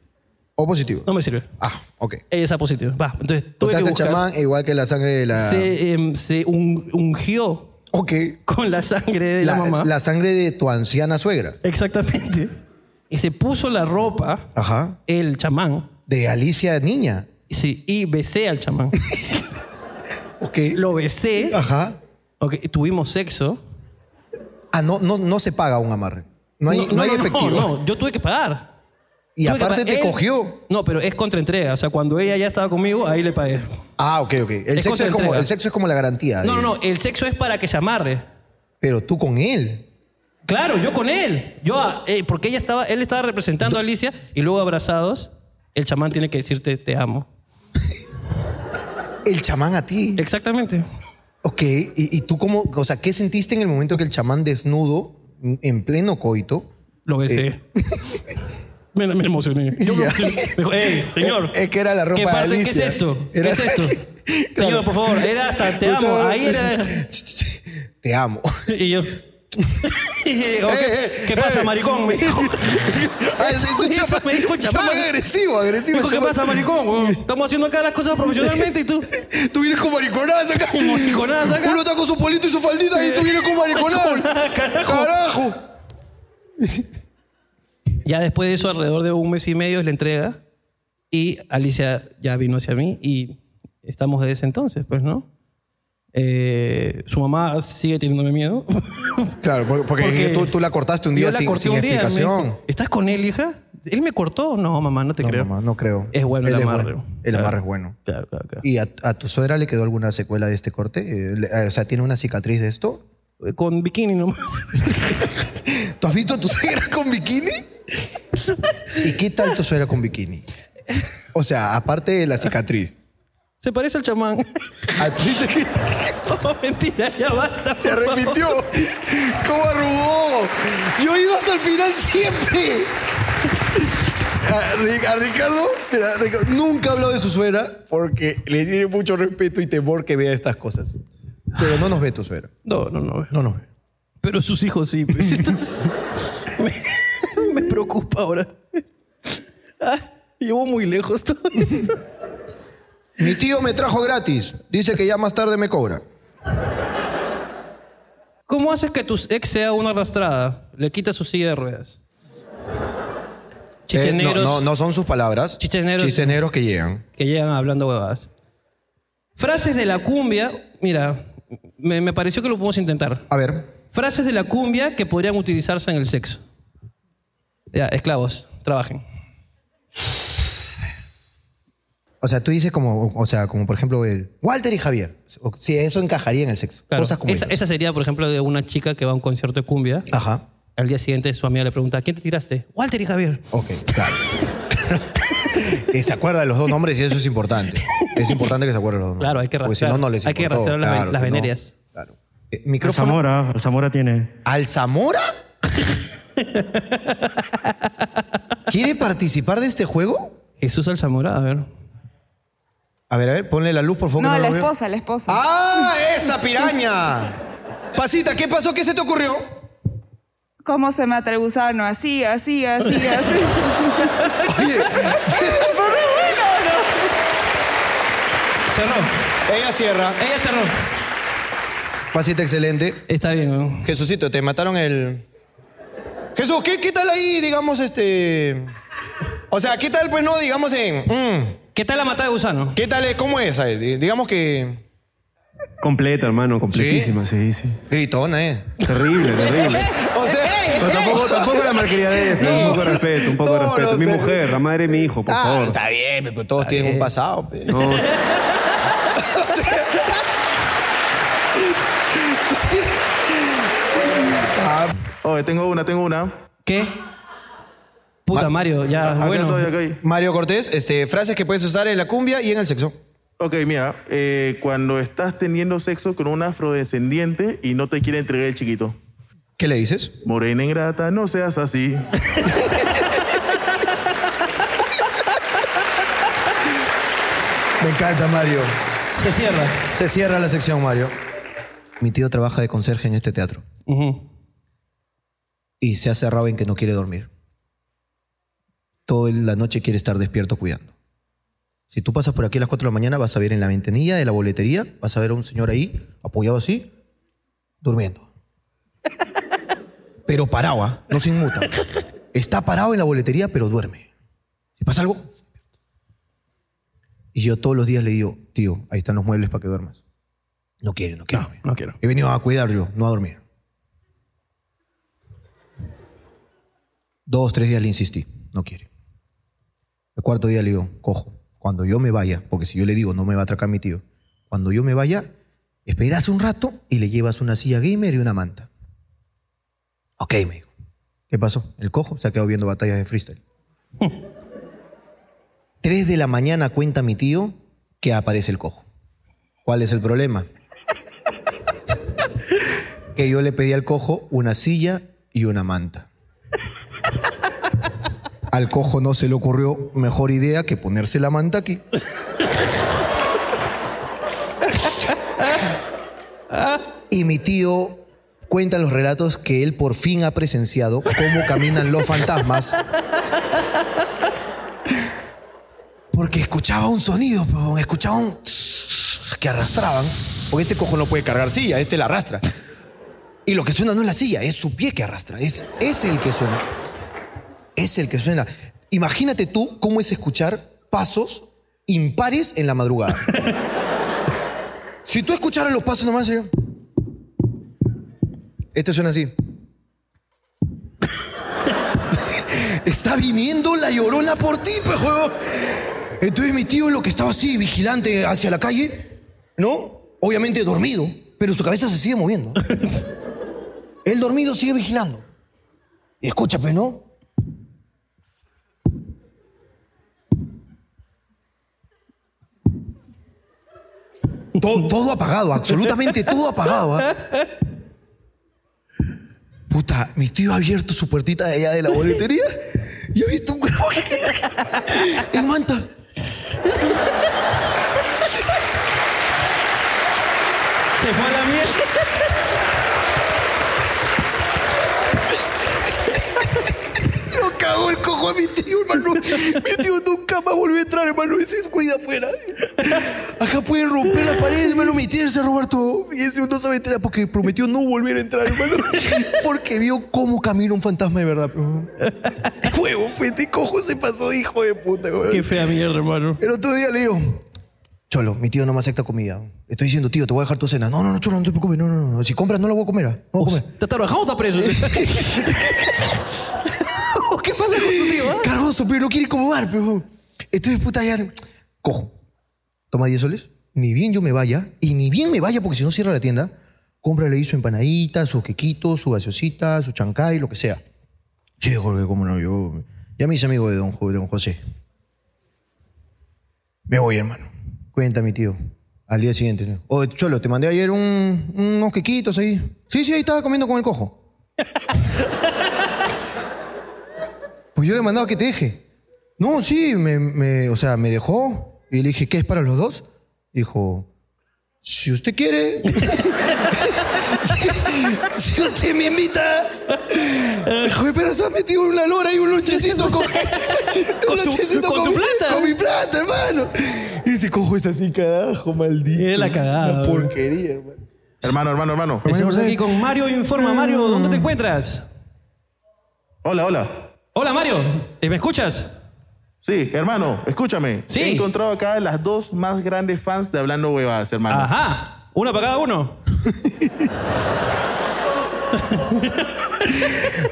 B: O positivo.
A: No me sirve.
B: Ah, ok.
A: Ella está positiva. Va, entonces tuve que
B: Totaste al
A: buscar.
B: chamán igual que la sangre de la...
A: se, em, se un- ungió
B: Ok.
A: con la sangre de la, mamá.
B: la sangre de tu anciana suegra.
A: Exactamente. Y se puso la ropa,
B: Ajá.
A: el chamán,
B: De Alicia Niña.
A: y, sí, y besé al chamán.
B: Ok.
A: Lo besé,
B: Ajá.
A: ok, tuvimos sexo.
B: Ah, no, no, no se paga un amarre. No hay, no, hay efectivo.
A: No, yo tuve que pagar.
B: Y
A: Tuve que
B: aparte
A: pagar.
B: te
A: Él-
B: cogió.
A: No, pero es contra entrega. O sea, cuando ella ya estaba conmigo, ahí le pagué.
B: Ah, ok, ok. El,
A: Es
B: sexo, es como,
A: contraentrega.
B: el sexo es como la garantía.
A: No,
B: de-
A: no, no. El sexo es para que se amarre.
B: Pero tú con él.
A: Claro, yo con él. Yo, ah, eh, porque ella estaba, él estaba representando a Alicia y luego abrazados, el chamán tiene que decirte te amo.
B: El chamán a ti.
A: Exactamente.
B: Ok. ¿Y, y tú cómo? O sea, ¿qué sentiste en el momento que el chamán desnudo, en- en pleno coito...
A: Lo besé. Me, me emocioné. Yo me
B: Eh. Ya.
A: emocioné. Me dijo, "Ey, señor.
B: Es- es que era la ropa
A: ¿Qué,
B: de
A: parte- ¿qué es
B: Alicia.
A: esto?
B: Era-
A: ¿Qué es esto? Señor, por favor, era hasta te amo.
B: Puta-
A: Ahí era.
B: Te amo.
A: Y yo. Y dije, "Oh,
B: Eh,
A: ¿qué,
B: eh,
A: qué pasa,
B: eh.
A: maricón? Me dijo.
B: Ah, ese- ese
A: Eso
B: chamán-
A: me dijo el chamán.
B: chamán agresivo,
A: Me
B: agresivo.
A: dijo, ¿qué
B: chamán.
A: pasa, maricón? weón? Estamos haciendo acá las cosas profesionalmente y tú.
B: Tú vienes con mariconadas acá.
A: Con mariconadas acá.
B: Uno está con su polito y su faldita y tú vienes con mariconadas.
A: Mariconadas, carajo.
B: Carajo.
A: Ya después de eso, alrededor de un mes y medio es la entrega. Y Alicia ya vino hacia mí y estamos desde ese entonces, pues, ¿no? Eh, su mamá sigue teniéndome miedo.
B: Claro, porque, porque
A: Porque
B: tú, tú la cortaste un día
A: Yo la
B: sin,
A: corté
B: sin
A: un día, me
B: explicación.
A: dijo, ¿Estás con él, hija? ¿Él me cortó? No, mamá, no te
B: no,
A: creo.
B: mamá, no creo.
A: Es bueno el
B: Él
A: amarre.
B: bueno. El
A: Claro.
B: amarre es bueno.
A: Claro, claro, claro.
B: ¿Y a, a tu suegra le quedó alguna secuela de este corte? Eh, le- eh, O sea, ¿tiene una cicatriz de esto?
A: Eh, Con bikini nomás.
B: ¿Tú has visto a tu suegra con bikini? ¿Y qué tal tu suegra con bikini? O sea, aparte de la cicatriz.
A: Se parece al chamán.
B: Ah, dice que
A: No, mentira, ya basta. por
B: Se
A: favor.
B: arrepintió. ¿Cómo arrugó? Yo he ido hasta el final siempre. A, Ri- a Ricardo, mira, Ricardo, nunca ha hablado de su suegra porque le tiene mucho respeto y temor que vea estas cosas. Pero no nos ve tu suegra.
A: No, no, no. No, no. Pero sus hijos sí. pues, entonces, me, me preocupa ahora. Ah, llevo muy lejos todo esto.
B: Mi tío me trajo gratis. Dice que ya más tarde me cobra.
A: ¿Cómo haces que tu ex sea una arrastrada? Le quitas su silla de ruedas. Chistes
B: Eh, no,
A: negros
B: no, no son sus palabras.
A: Chistes negros.
B: Chistes negros que llegan.
A: que llegan hablando huevadas. Frases de la cumbia. Mira, me, me pareció que lo podemos intentar.
B: A ver.
A: Frases de la cumbia que podrían utilizarse en el sexo. Ya, esclavos, trabajen.
B: O sea, tú dices como, o sea, como por ejemplo el Walter y Javier. O- Sí, eso encajaría en el sexo.
A: Claro.
B: Cosas como
A: esa,
B: esas.
A: esa sería, por ejemplo, de una chica que va a un concierto de cumbia.
B: Ajá.
A: Al día siguiente su amiga le pregunta, ¿quién te tiraste? Walter y Javier.
B: Ok, claro. que se acuerda de los dos nombres y eso es importante. Es importante que se acuerde de los dos
A: Claro,
B: nombres.
A: hay que
B: Porque si no,
A: rastrear.
B: no les
A: Hay que
B: importó.
A: rastrear las-
B: Claro,
A: las
B: si no-
A: venerias.
B: claro. Eh, micrófono.
H: Zamora, Zamora tiene.
B: ¿Al Zamora? ¿Quiere participar de este juego?
A: Jesús Alzamora, a ver.
B: A ver, a ver, ponle la luz, por favor. que
J: No,
B: lo
J: la
B: veo.
J: esposa, la esposa.
B: ¡Ah, esa piraña! Pasita, ¿qué pasó? ¿Qué se te ocurrió?
J: ¿Cómo se mata el gusano? Así, así, así, así.
B: Oye.
A: Cerró.
B: Ella cierra.
A: Ella cerró.
B: Pasita, excelente.
A: Está bien, ¿no?
B: Jesucito, te mataron el. Jesús, ¿qué, qué tal ahí, digamos, este. O sea, ¿qué tal, pues no, digamos, en. mm,
A: ¿Qué tal la mata de gusano?
B: ¿Qué tal, es? cómo es? A ver, di- digamos que.
H: Completa, hermano, completísima, sí, sí.
B: Gritona, ¿eh?
H: Terrible, terrible.
B: O sea.
H: Pero tampoco, tampoco la malcriadez, pero un poco de respeto, un poco de
B: No,
H: respeto.
B: no,
H: mi
B: pero-
H: mujer, la madre de mi hijo, por
B: Ah,
H: favor.
B: está bien, pero todos tienen un pasado. pues. pe.
H: No,
F: Oye, tengo una, tengo una.
A: ¿Qué? Puta,
B: Ma-
A: Mario, ya,
F: Acá
A: bueno.
F: estoy, acá estoy.
B: Mario Cortés, este, frases que puedes usar en la cumbia y en el sexo.
F: Ok, mira, eh, cuando estás teniendo sexo con un afrodescendiente y no te quiere entregar el chiquito.
B: ¿Qué le dices?
F: Morena ingrata, no seas así.
B: Me encanta, Mario.
A: Se cierra.
B: Se cierra la sección, Mario. Mi tío trabaja de conserje en este teatro
A: Ujú.
B: y se ha cerrado en que no quiere dormir. Toda la noche quiere estar despierto cuidando. Si tú pasas por aquí a las 4 de la mañana, vas a ver en la ventanilla de la boletería, vas a ver a un señor ahí, apoyado así, durmiendo. Pero parado, ¿ah? no se inmuta. Está parado en la boletería, pero duerme. Si pasa algo. Y yo todos los días le digo, tío, ahí están los muebles para que duermas. No quiere, no quiere. dormir.
A: No quiero.
B: He venido a cuidar yo, no a dormir. Dos, tres días le insistí, no quiere. El cuarto día le digo, cojo, cuando yo me vaya, porque si yo le digo no me va a atracar mi tío, cuando yo me vaya, esperas un rato y le llevas una silla gamer y una manta. Ok, me dijo. ¿Qué pasó? El cojo se ha quedado viendo batallas de freestyle. Tres de la mañana cuenta mi tío que aparece el cojo. ¿Cuál es el problema? que yo le pedí al cojo una silla y una manta. Al cojo no se le ocurrió mejor idea que ponerse la manta aquí. Y mi tío cuenta los relatos que él por fin ha presenciado cómo caminan los fantasmas. Porque escuchaba un sonido, huevón, escuchaba un que arrastraban. Porque este cojo no puede cargar silla, este la arrastra. Y lo que suena no es la silla, es su pie que arrastra. Es, es el que suena. Es el que suena. Imagínate tú cómo es escuchar pasos impares en la madrugada. si tú escucharas los pasos nomás, sería... Este suena así. Está viniendo la llorona por ti, pejuego. Entonces mi tío, lo que estaba así, vigilante hacia la calle, ¿no? Obviamente dormido, pero su cabeza se sigue moviendo. El dormido sigue vigilando. Y escucha, pues, ¿no? Todo, todo apagado, absolutamente todo apagado. ¿ah? Puta, mi tío ha abierto su puertita de allá de la boletería y ha visto un huevo que- en manta.
K: Se fue a la
B: mierda. Lo cagó el cojo a mi tío, hermano. Mi tío nunca más volvió a entrar, hermano. Ese es cuida afuera. Acá pueden romper las paredes, hermano. Meterse a robar todo. Y ese no sabe entrar porque prometió no volver a entrar, hermano. Porque vio cómo camina un fantasma de verdad. Huevo, pues este cojo se pasó, de hijo de puta, huevón.
A: Qué fea mierda, hermano.
B: El otro día le digo, Cholo, mi tío no me acepta comida. Estoy diciendo, tío, te voy a dejar tu cena. No, no, no, Cholo, no te preocupes. No, no, no. Si compras, no la voy a comer. ah. No voy a comer.
A: Te trabajamos a presos.
B: ¿Qué pasa con tu tío? ah? Cargoso, pero no quiere incomodar, pero. Entonces, puta, ya. Cojo. Toma 10 soles. Ni bien yo me vaya, y ni bien me vaya, porque si no cierra la tienda, cómprale ahí su empanadita, su quequito, su gaseosita, su chancay, lo que sea. Che, Jorge, cómo no, yo. Ya me hice amigo de don, Jo- de don José. Me voy, hermano. Cuenta mi tío. Al día siguiente, ¿no? Oye, Cholo, te mandé ayer un- unos quequitos ahí. Sí, sí, ahí estaba comiendo con el cojo. Pues yo le mandaba que te deje. No, sí, me, me- o sea, me dejó. Y le dije, ¿qué es para los dos? Dijo, si usted quiere. si usted me invita. Joder, pero se ha metido una lora y un lonchecito
K: Con
B: con. un
K: tu-
B: lonchecito
K: con tu
B: mi-
K: plata.
B: Con mi plata, hermano. Y ese cojo es así, carajo, maldito.
A: Eh.
B: Es la cagada. porquería, hermano.
F: Hermano, hermano, hermano.
A: Estamos aquí Mm. con Mario Informa. Mario, ¿dónde te encuentras?
F: Hola, hola.
A: Hola, Mario. Eh, ¿Me escuchas?
F: Sí, hermano, escúchame.
A: Sí.
F: He encontrado acá las dos más grandes fans de Hablando Huevadas, hermano.
A: Ajá. Una para cada uno.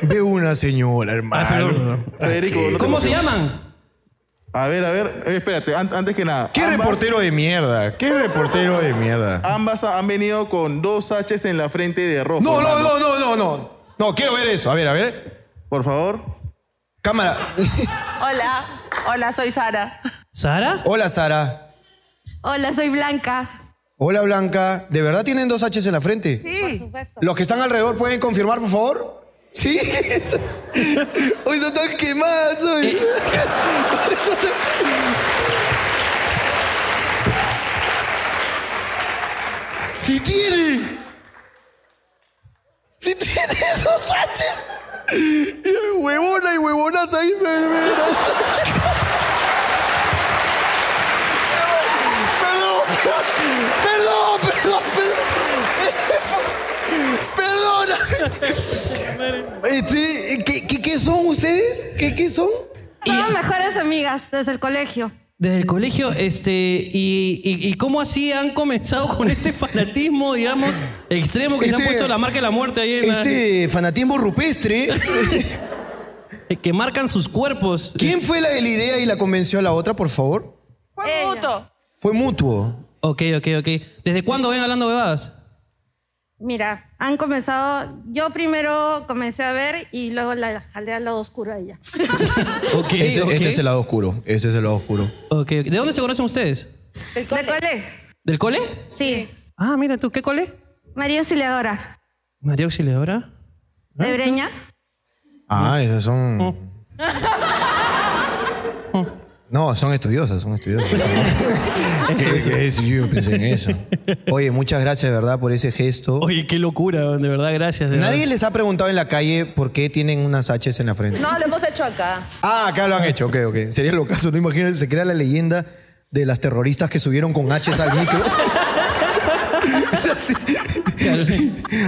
B: Ve una señora, hermano.
F: Federico, no te
A: ¿Cómo se
F: confío.
A: llaman?
F: A ver, a ver, eh, espérate, an- antes que nada.
L: ¿Qué
F: ambas-
L: reportero de mierda? ¿Qué reportero de mierda?
F: Ambas han venido con dos H's en la frente de rojo.
L: No, no, no,
F: hermano.
L: no, no, no. No, quiero ver eso. A ver, a ver.
F: Por favor.
L: Cámara.
M: Hola, hola, soy Sara.
A: ¿Sara?
B: Hola, Sara.
M: Hola, soy Blanca.
B: Hola, Blanca. ¿De verdad tienen dos H's en la frente?
M: Sí. Por supuesto.
B: Los que están alrededor pueden confirmar, por favor. Sí. Hoy están tan quemadas hoy. Hoy están tan- ¡Sí tiene! ¡Sí tiene esos H! Y hay huevona y huevonas ahí, me- me- me- Perdón, perdón, perdón, perdón. Perdón. Este, ¿qué, qué, qué son ustedes? ¿Qué, qué son?
M: Somos mejores amigas desde el colegio.
A: Desde el colegio, este, y, y, y cómo así han comenzado con este fanatismo, digamos, extremo que se han
B: Este-
A: puesto la marca de la muerte ahí en la-
B: Este fanatismo rupestre.
A: eh, que marcan sus cuerpos.
B: ¿Quién fue la de la idea y la convenció a la otra, por favor?
M: Fue mutuo.
B: Fue mutuo.
A: Ok, ok, ok. ¿Desde cuándo ven hablando bebadas?
M: Mira, han comenzado. Yo primero comencé a ver y luego la jalé al lado oscuro a ella.
B: este, este es el lado oscuro. Este es el lado oscuro.
A: Ok, ¿De dónde se conocen ustedes?
M: ¿De cole?
A: ¿Del cole?
M: Sí.
A: Ah, mira tú, ¿qué cole?
M: María Auxiliadora.
A: María Auxiliadora.
M: ¿De Breña?
B: Ah, esas son. No, son estudiosas, son estudiosas. ¿Qué, qué es? Yo pensé en eso. Oye, muchas gracias, de ¿verdad? Por ese gesto.
A: Oye, qué locura, de verdad, gracias. de
B: Nadie
A: verdad.
B: les ha preguntado en la calle por qué tienen unas H's en la frente.
M: No, lo hemos hecho acá.
B: Ah, acá lo han hecho, ok, ok. Sería lo caso, no imagínense, se crea la leyenda de las terroristas que subieron con H's al micro. Así.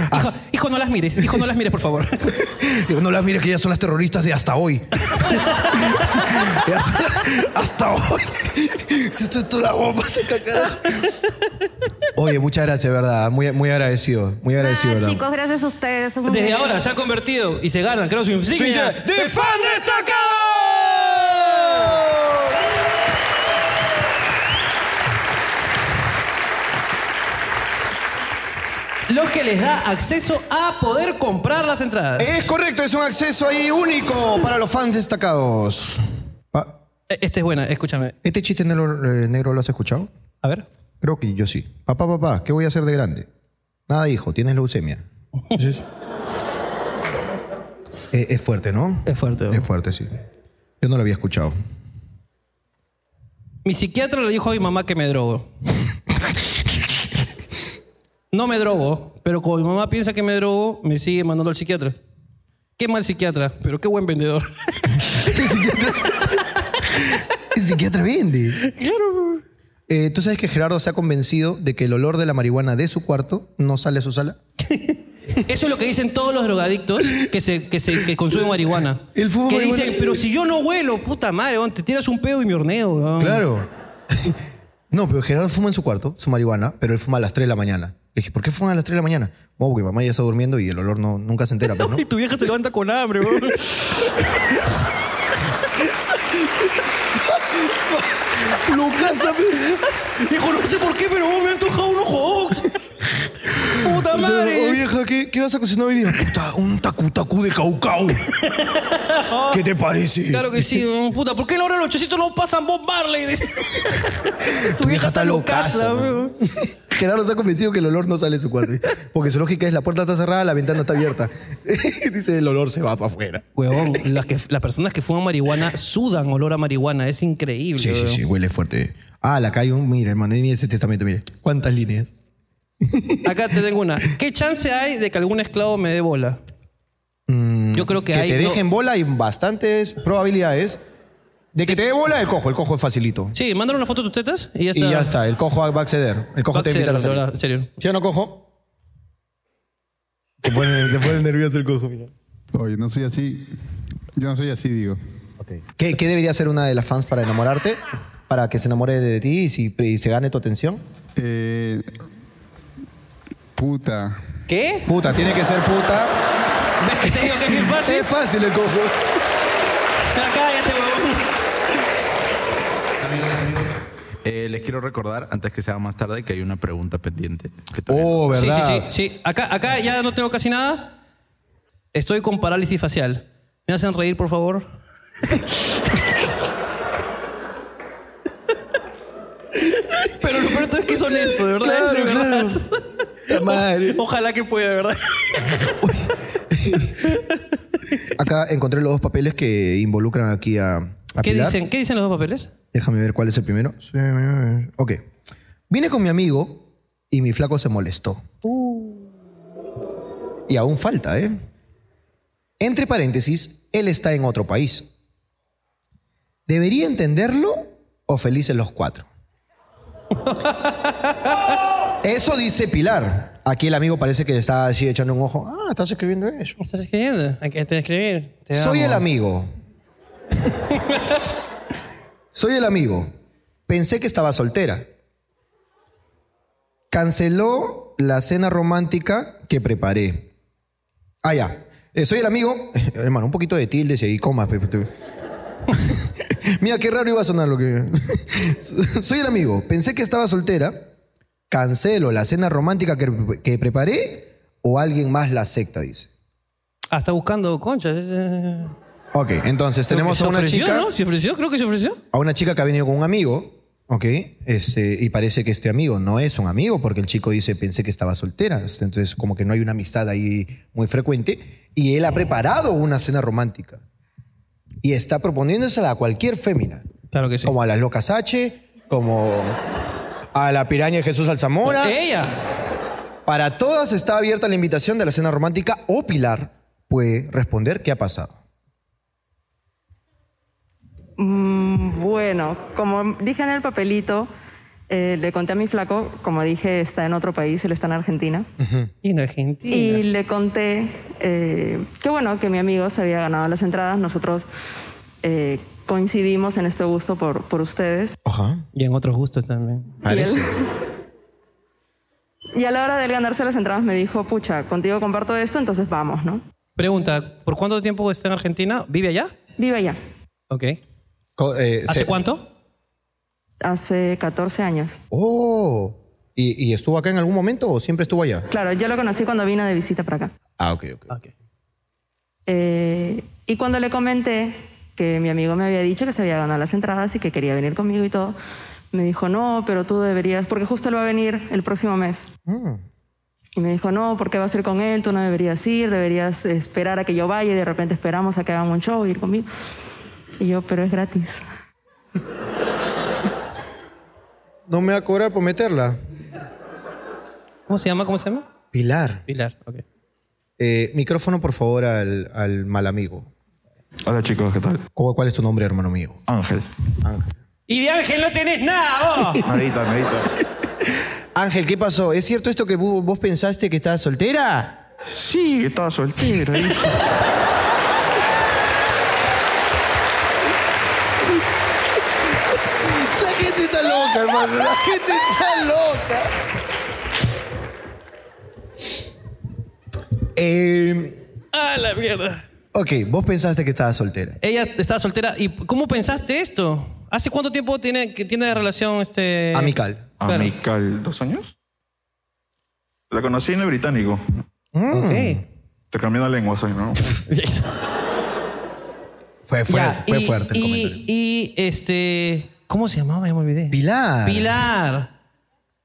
A: Hijo, no las mires, hijo, no las mires, por favor.
B: Digo, no las mires que ya son las terroristas de hasta hoy. Ya son las- hasta hoy. Si usted es la bomba, se cacará. Oye, muchas gracias, verdad. Muy, muy agradecido. Muy agradecido, verdad.
M: Chicos, gracias a ustedes. son muy
A: Desde
M: buenos.
A: ahora se ha convertido y se ganan, creo, su insignia.
N: Sí, sí. ¡De fan
B: este
N: destacado!
A: Lo que les da acceso a poder comprar las entradas.
B: Es correcto, es un acceso ahí único para los fans destacados.
A: Este es buena, escúchame.
B: ¿Este chiste negro, eh, negro lo has escuchado?
A: A ver.
B: Creo que yo sí. Papá, papá, ¿qué voy a hacer de grande? Nada, hijo, tienes leucemia. Eh, es fuerte, ¿no?
A: Es fuerte.
B: Es fuerte, sí. Yo no lo había escuchado.
A: Mi psiquiatra le dijo a mi mamá que me drogo. No me drogo, pero como mi mamá piensa que me drogo, me sigue mandando al psiquiatra. Qué mal psiquiatra, pero qué buen vendedor.
B: El psiquiatra vende. Claro. Eh, ¿Tú sabes que Gerardo se ha convencido de que el olor de la marihuana de su cuarto no sale a su sala?
A: Eso es lo que dicen todos los drogadictos que, se, que, se, que consumen marihuana. que
B: marihuana-
A: dicen, pero si yo no huelo, puta madre, weón, te tiras un pedo y me horneo. weón".
B: Claro. No, pero Gerardo fuma en su cuarto, su marihuana, pero él fuma a las 3 de la mañana. Le dije, ¿por qué fuma a las 3 de la mañana? Oh, porque mamá ya está durmiendo y el olor no, nunca se entera, pues, ¿no?
A: Y tu vieja se levanta con hambre, weón.
N: Lucas, hijo, no sé por qué, pero vos me han tocado unos hot dogs. Puta madre.
B: Oh, vieja, ¿qué, qué vas a cocinar hoy día? Puta, un tacu tacu de caucao. ¿Qué te parece?
A: Claro que sí, weón. puta. ¿Por qué ahora los chocitos no pasan Bob Marley? Dice,
B: Tu vieja está
A: casa,
B: locaza. ¿no?
A: weón.
B: Gerardo se ha convencido que el olor no sale de su cuarto. Porque su lógica es la puerta está cerrada, la ventana está abierta. Dice, el olor se va para afuera.
A: Huevón, las, que, las personas que fuman marihuana sudan olor a marihuana. Es increíble.
B: Sí, sí, sí, huele fuerte. Ah, la calle, mira, hermano, mira ese testamento, mire. ¿Cuántas líneas?
A: Acá te tengo una. ¿Qué chance hay de que algún esclavo me dé bola? Yo creo Mm, que,
B: Que
A: hay.
B: te
A: no-
B: dejen bola hay bastantes probabilidades. De que te dé bola, el cojo. El cojo es facilito.
A: Sí, mándale una foto de tus tetas y ya está.
B: Y ya está, el cojo va a acceder. El cojo
A: Va a
B: te invita a la
A: acceder,
B: salida.
A: verdad, en serio.
B: ¿Sí o no, cojo? Te pone, te pone nervioso el cojo, mira.
O: Oye, no soy así. Yo no soy así, digo.
B: ¿Qué, qué debería hacer una de las fans para enamorarte? Para que se enamore de ti y, si- y se gane tu atención.
O: Eh, puta.
A: ¿Qué?
B: Puta, tiene que ser puta.
A: ¿Ves que te digo que es bien fácil?
B: Es fácil el cojo.
A: Pero cállate, huevón.
P: Eh, les quiero recordar, antes que sea más tarde, que hay una pregunta pendiente. que todavía
B: Oh,
P: no sé.
B: ¿verdad?
A: Sí, sí, sí. Acá, acá ya no tengo casi nada. Estoy con parálisis facial. ¿Me hacen reír, por favor? Pero lo peor de todo es que es honesto, de verdad. es de verdad. O- ojalá que pueda, de verdad.
B: Acá encontré los dos papeles que involucran aquí a, a
A: ¿Qué
B: Pilar.
A: dicen, ¿Qué dicen los dos papeles?
B: Déjame ver cuál es el primero. Sí, Ok. Vine con mi amigo y mi flaco se molestó. Y aún falta, ¿eh? Entre paréntesis, él está en otro país. ¿Debería entenderlo o felices los cuatro? Eso dice Pilar. Aquí el amigo parece que le está así echando un ojo. Ah, estás escribiendo eso.
A: ¿Estás escribiendo? Hay que escribir.
B: Soy el amigo. Soy el amigo. Pensé que estaba soltera. Canceló la cena romántica que preparé. Ah, ya. Eh, soy el amigo. hermano, un poquito de tildes y comas. pe- pe- Mira, qué raro iba a sonar lo que... soy el amigo. Pensé que estaba soltera. Cancelo la cena romántica que, que preparé o alguien más la acepta, dice.
A: Ah, está buscando conchas. Eh,
B: Ok, entonces
A: creo que
B: tenemos
A: se
B: a una
A: ofreció,
B: chica...
A: ¿no? ¿Se ofreció? Creo que se ofreció.
B: a una chica que ha venido con un amigo, ¿ok? Este, y parece que este amigo no es un amigo, porque el chico dice, pensé que estaba soltera. Entonces, como que no hay una amistad ahí muy frecuente. Y él ha preparado una cena romántica. Y está proponiéndosela a cualquier fémina.
A: Claro que sí.
B: Como a las locas H, como a la piraña de Jesús Alzamora.
A: Ella.
B: Para todas está abierta la invitación de la cena romántica o Pilar puede responder qué ha pasado.
C: Mm, bueno, como dije en el papelito, eh, le conté a mi flaco, como dije, está en otro país, él está en Argentina.
A: Y en Argentina.
C: Y le conté eh, que bueno, que mi amigo se había ganado las entradas. Nosotros eh, coincidimos en este gusto por, por ustedes.
A: Y en otros gustos también.
C: Y, él- y a la hora de él ganarse las entradas me dijo, pucha, contigo comparto esto, entonces vamos, ¿no?
A: Pregunta, ¿por cuánto tiempo está en Argentina? ¿Vive allá?
C: Vive allá.
A: Ok. eh,
B: ¿Hace
A: cuánto?
C: Hace 14 años.
B: Oh. ¿Y, y estuvo acá en algún momento o siempre estuvo allá?
C: Claro, yo lo conocí cuando vino de visita para acá.
B: Ah, ok, ok.
C: Eh, y cuando le comenté que mi amigo me había dicho que se había ganado las entradas y que quería venir conmigo y todo, me dijo, no, pero tú deberías, porque justo él va a venir el próximo mes. Y me dijo, no, ¿por qué vas a ir con él? Tú no deberías ir, deberías esperar a que yo vaya y de repente esperamos a que hagan un show y ir conmigo. Y yo, pero es gratis.
B: No me va a cobrar por meterla.
A: ¿Cómo se llama? ¿Cómo se llama?
B: Pilar.
A: Pilar, ok.
B: Eh, micrófono, por favor, al, al mal amigo.
M: Hola, chicos, ¿qué tal?
B: ¿Cuál, cuál es tu nombre, hermano mío?
M: Ángel.
Q: Y de Ángel no tenés nada, vos.
M: Medita, medita.
B: Ángel, ¿qué pasó? ¿Es cierto esto que vo- vos pensaste que estabas soltera?
M: Sí, estaba soltera, hijo.
R: La gente está loca, hermano. La gente está loca.
B: Eh,
A: ¡Ah, la mierda!
B: ok, vos pensaste que estabas soltera.
A: Ella está soltera. ¿Y cómo pensaste esto? ¿Hace cuánto tiempo tiene, que tiene de relación este...
B: Amical.
M: Amical, ¿dos años? La conocí en el británico.
A: Ok.
M: Te cambiando lenguas hoy, ¿no?
B: Fue
A: Ya,
M: fue
A: y-
M: fuerte el
A: y, Y este... ¿Cómo se llamaba? Ya me olvidé. Pilar. Pilar.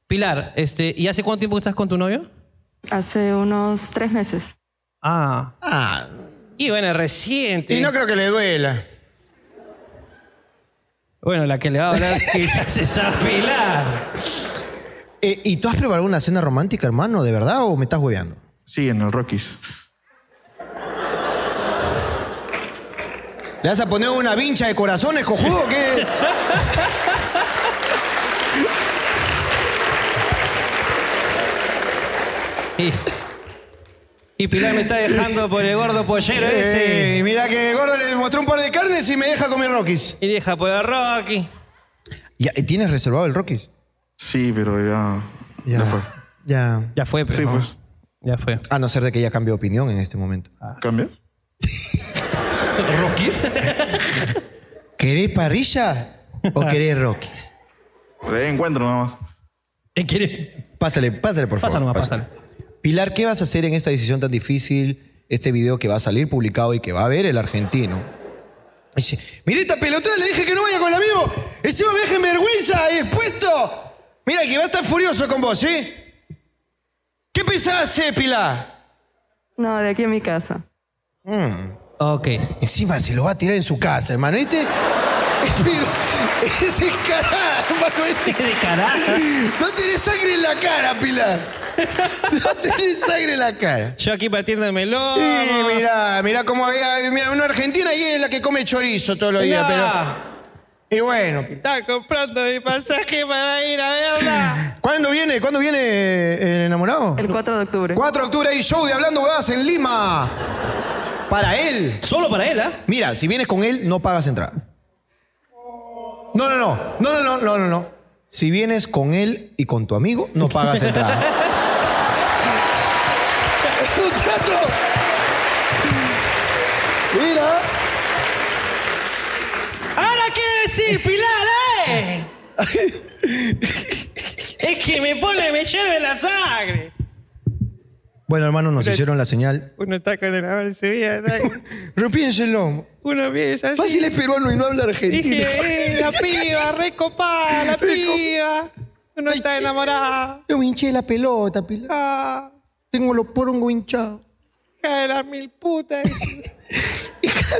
A: Pilar, este... ¿Y hace cuánto tiempo que estás con tu novio?
C: Hace unos tres meses.
A: Ah. Ah. Y bueno, reciente.
C: Y no creo
B: que le duela.
A: Bueno, la que le va a hablar quizás es a Pilar.
B: Eh, ¿Y tú has preparado una cena romántica, hermano, de verdad, o me estás hueveando?
M: Sí, en el Rockies.
B: ¿Le vas a poner una vincha de corazones, cojudo? o ¿Qué?
A: Y, y Pilar me está dejando por el gordo pollero ese.
B: Ey, Eh, mira que el gordo le mostró un par de carnes y me deja comer Rockies.
A: Y deja por el Rocky.
B: Ya, ¿y ¿Tienes reservado el Rockies?
M: Sí, pero ya. Ya, fue.
B: Ya.
A: Ya fue, pero
M: Sí,
A: no.
M: pues.
A: Ya fue.
B: A no ser de que ella cambie de opinión en este momento.
M: ¿Cambia?
A: ¿Rockies?
B: ¿Querés parrilla o querés Rockies?
M: Le encuentro nada más.
B: Pásale, pásale, por favor.
M: Pásalo,
B: pásale. Pilar, ¿qué vas a hacer en esta decisión tan difícil? Este video que va a salir publicado y que va a ver el argentino. Dice,
R: Mira esta pelotuda, le dije que no vaya con el amigo. Encima me dejen vergüenza, expuesto. Mira, que va a estar furioso con vos, ¿sí? ¿Qué pensás
B: eh,
R: hacer, Pilar?
C: No, de aquí a mi casa.
A: Ok.
B: Encima se lo va a tirar en su casa, hermano. ¿Viste? Pero
R: ese cará, hermano. Este
A: de cará.
R: No tenés sangre en la cara, Pilar. No tenés sangre en la cara.
A: Yo aquí partiéndome el lomo.
B: Sí, mirá, mirá cómo había. Mirá, una argentina y es la que come chorizo todos los días,
A: Mirá.
B: pero. Y bueno.
A: Está comprando mi pasaje para ir a verla.
B: ¿Cuándo viene? ¿Cuándo viene eh, el enamorado?
C: El 4 de octubre.
B: 4 de octubre hay show de Hablando Huevadas en Lima. Para él.
A: Solo para él, ¿ah?
B: Mira, si vienes con él, no pagas entrada. No, no, no. No, no, no, no, no, no. Si vienes con él y con tu amigo, no pagas entrada.
R: ¡Es un trato! Mira.
Q: Ahora qué decir, Pilar, ¿eh? es que me pone, me hierve la sangre.
B: bueno, hermano, nos hicieron la señal.
Q: Uno está con el en su vida.
B: Repiénselo.
Q: Uno piensa así.
B: Fácil es peruano y no habla argentino.
Q: Dije, eh, la piba, recopada, la piba. Uno está enamorado. Ah.
B: Yo me hinché la pelota, Pilar. Tengo los porongos hinchados.
Q: Hija de las mil putas.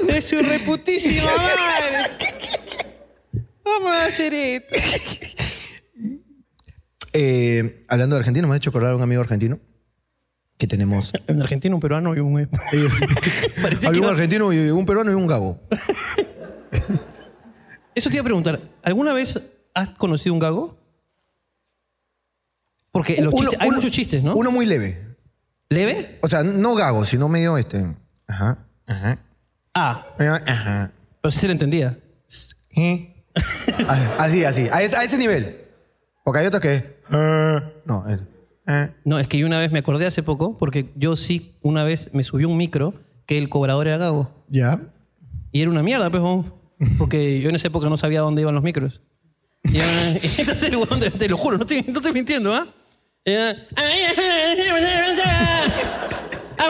Q: de su reputísima madre. Vamos a hacer esto.
B: Eh, hablando de argentino, me ha hecho acordar a un amigo argentino que tenemos.
A: Un argentino, un peruano y un... Parece
B: Hay
A: que
B: un
A: no-
B: argentino, y un peruano y un gago.
A: Eso te iba a preguntar. ¿Alguna vez has conocido un gago? Porque los chistes- hay muchos chistes, ¿no?
B: Uno muy leve.
A: ¿Leve?
B: O sea, no gago, sino medio este. Ajá. Ajá.
A: Ah.
B: Ajá.
A: Pero sí se le entendía.
B: ¿Eh? Ah, Así, así. A ese, a ese nivel. Porque hay otros que. ah, No, es- Ah,
A: No, es que yo una vez me acordé hace poco, porque yo sí, una vez me subió un micro que el cobrador era Gago.
B: Ya.
A: Y era una mierda, pejón. Porque yo en esa época no sabía dónde iban los micros. Y era una- y entonces el huevón, te, te lo juro, no estoy, no estoy mintiendo, ¿ah? Era- "Ah,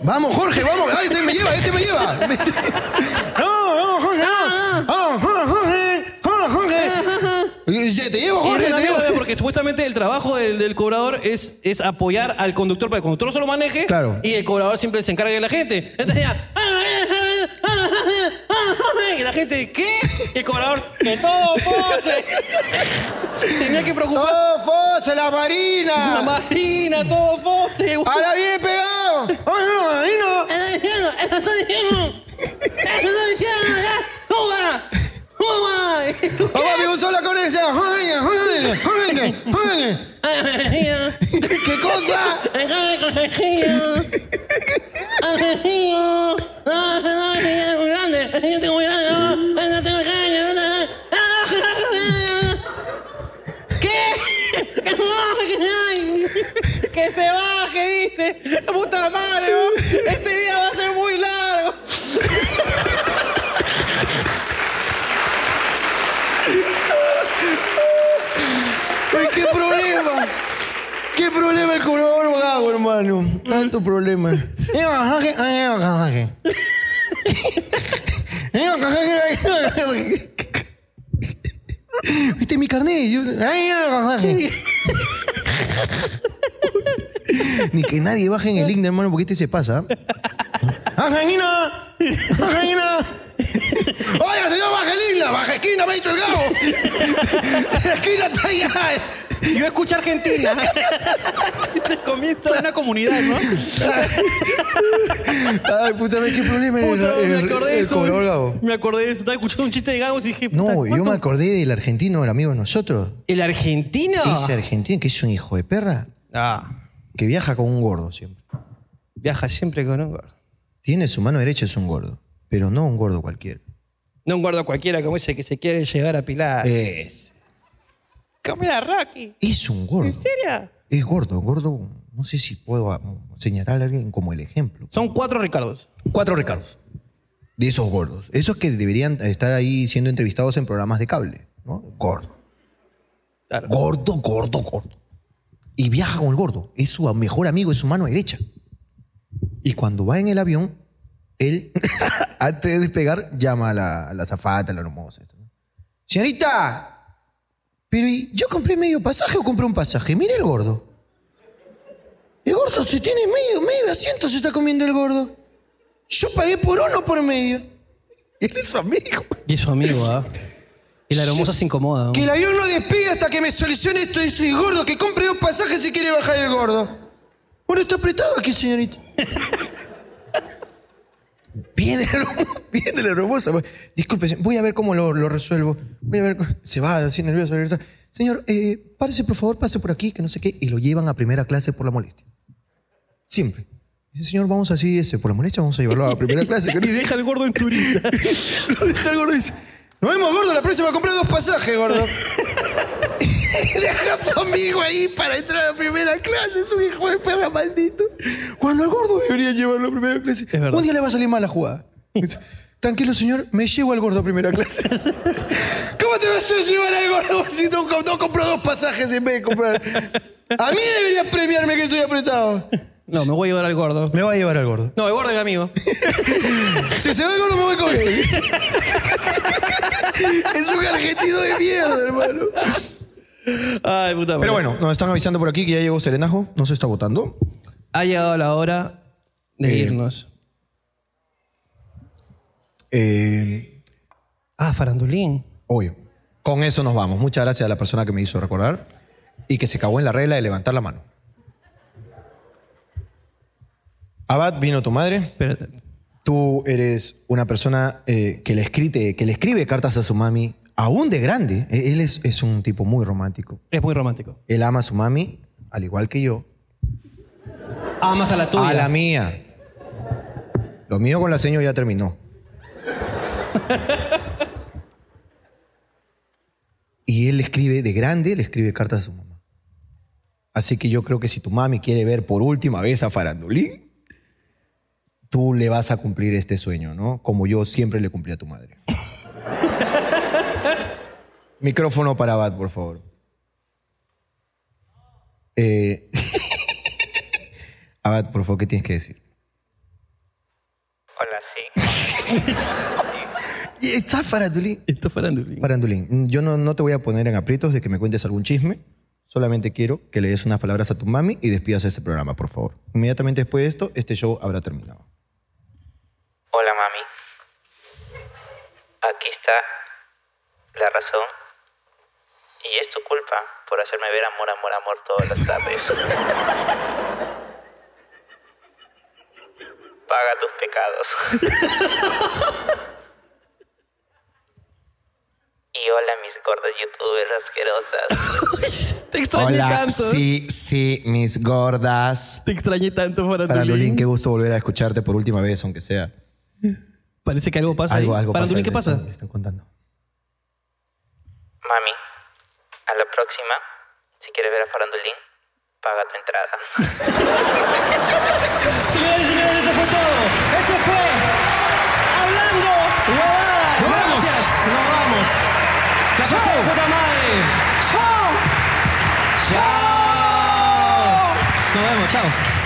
B: Vamos, Jorge, vamos. Ah, este me lleva, este me lleva. No, vamos, Jorge, no. Vamos, Jorge, Jorge, Jorge. Ya, Te
A: Y
B: llevo, Jorge,
A: es una
B: te llevo.
A: mierda, porque supuestamente el trabajo del, del cobrador es, es apoyar al conductor para que el conductor solo maneje
B: Claro.
A: y el cobrador siempre se encarga de la gente. Entonces ya, ah, y la gente, ¿qué? Y el cobrador, que todo pose. Tenía que preocupar.
B: Todo fose, la marina.
A: La marina, todo fose.
B: Ahora bien pegado. ¡Ay, no, ahí no!
A: ¡Eso diciendo! ¡Eso está diciendo! ¡Eso está diciendo! ¡Ya! ¡Toma! ¡Toma!
B: Vamos, amigo, sola conexión. Jorge, Jorge, Jorge, Jorge. ¿Qué cosa?
S: ¿Qué? Que se baje, dice. Puta madre, ¿no? este día va a ser muy largo.
T: Ay, qué problema.
B: ¿Qué problema el cobrador gago, hermano? Tanto problema. Lleva, Jorge, ah, lleva, Jorge. Lleva, Jorge, lleva, Jorge. Este es mi carnet. yo- ah, lleva, Jorge. Ni que nadie baje en el link, hermano, porque este se pasa. ¡Angelina! ¡Angelina! ¡Oye, señor, baja el link! ¡Baja esquina, me ha dicho el gago! ¡La esquina está allá!
A: Yo escucho Argentina. Se comienza Este una comunidad, ¿no?
B: Ay, puta, ¿qué problema es
A: Puta,
B: el-
A: me
B: el-
A: acordé de
B: el
A: eso.
B: cobrador gago?
A: Me acordé de eso. Estaba escuchando un chiste de Gagos y dije, puta,
B: No, yo me acordé del argentino, el amigo de nosotros.
A: ¿el argentino?
B: Ese argentino que es un hijo de perra
A: Ah,
B: que viaja con un gordo siempre.
A: viaja siempre con un gordo.
B: Tiene su mano derecha, es un gordo. Pero no un gordo cualquiera.
A: No un gordo cualquiera como ese que se quiere llevar a Pilar.
B: Eh. Es.
S: Mira, Rocky.
B: Es un gordo.
S: ¿En serio?
B: Es gordo, gordo. No sé si puedo ah, señalar a alguien como el ejemplo.
A: Son cuatro Ricardos.
B: Cuatro Ricardos. De esos gordos. Esos que deberían estar ahí siendo entrevistados en programas de cable. ¿no? Gordo. Gordo, gordo, gordo. Y viaja con el gordo. Es su mejor amigo, es su mano derecha. Y cuando va en el avión, él, antes de despegar, llama a la, a la azafata, a la hermosa. Señorita, pero ¿y yo compré medio pasaje o compré un pasaje? Mire el gordo. El gordo se tiene medio, medio asiento, se está comiendo el gordo. Yo pagué por uno por medio. Él es su amigo.
A: Y es su amigo, ¿ah? Y la hermosa se incomoda. ¿no?
B: Que el avión no despegue hasta que me solucione esto. Este gordo que compre dos pasajes si quiere bajar el gordo. Bueno, está apretado aquí, señorita. Viene el hermoso- viene el hermoso. Disculpe, voy a ver cómo lo, lo resuelvo. Voy a ver. cómo- Se va así nervioso. regresa. Señor, eh, párese, por favor, pase por aquí, que no sé qué. Y lo llevan a primera clase por la molestia. Siempre. Dice, señor, vamos así, ese, por la molestia, vamos a llevarlo a primera clase. que no
A: y
B: sé
A: deja al gordo en turista.
B: lo deja el gordo y dice, nos vemos gordo, la próxima compré dos pasajes, gordo. Y deja a su amigo ahí para entrar a primera clase, su hijo de perra maldito. Cuando al gordo debería llevarlo a primera clase. Un día le va a salir mal la jugada. Dice, Tranquilo, señor, me llevo al gordo a primera clase. ¿Cómo te vas a llevar al gordo si no, co- no compró dos pasajes en vez de comprar? A mí debería premiarme que estoy apretado.
A: No, me voy a llevar al gordo.
B: Me voy a llevar al gordo.
A: No, el gordo es mi amigo.
B: Si se va el gordo, me voy con él. es un argentino de mierda, hermano.
A: Ay, puta madre.
B: Pero bueno, nos están avisando por aquí que ya llegó Serenajo. No se está votando.
A: Ha llegado la hora de
B: Eh.
A: irnos.
B: Eh,
A: Ah, farandulín.
B: obvio. Con eso nos vamos. Muchas gracias a la persona que me hizo recordar y que se cagó en la regla de levantar la mano. Abad, vino tu madre. Tú eres una persona eh, que, le escribe, que le escribe cartas a su mami aún de grande, e- él es, es un tipo muy romántico.
A: Es muy romántico.
B: Él ama a su mami, al igual que yo.
A: Amas Ah, a la tuya.
B: A la mía. Lo mío con la seño ya terminó. y él escribe de grande, le escribe cartas a su mamá. Así que yo creo que si tu mami quiere ver por última vez a Farandulín, tú le vas a cumplir este sueño, ¿no? Como yo siempre le cumplí a tu madre. Micrófono para Bat, por favor. Eh, Abad, por favor, ¿qué tienes que decir?
U: Hola, sí.
B: ¿Estás farandulín?
A: Estás farandulín.
B: Farandulín. Yo no, no te voy a poner en aprietos de que me cuentes algún chisme. Solamente quiero que le des unas palabras a tu mami y despidas este programa, por favor. Inmediatamente después de esto, este show habrá terminado.
E: Hola mami. Aquí está la razón. Y es tu culpa por hacerme ver amor, amor, amor todas las tardes. Paga tus pecados. Y hola mis gordas youtubers asquerosas.
A: Te extrañé
B: Hola,
A: tanto. ¿eh?
B: sí, sí, mis gordas.
A: Te extrañé tanto, Farandulín.
B: Farandulín, qué gusto volver a escucharte por última vez, aunque sea.
A: Parece que algo pasa. ahí.
B: Algo- algo
A: Farandulín,
B: pasa,
A: ¿qué pasa?
B: Me están contando.
E: Mami, a la próxima, si quieres ver a Farandulín, paga tu entrada.
U: Señores y señores, eso fue todo. Eso fue Hablando Huevadas.
A: Nos vamos.
U: Gracias. Nos vamos.
A: La pasé de puta madre.
U: Chao. Chao.
A: Nos vemos, chao.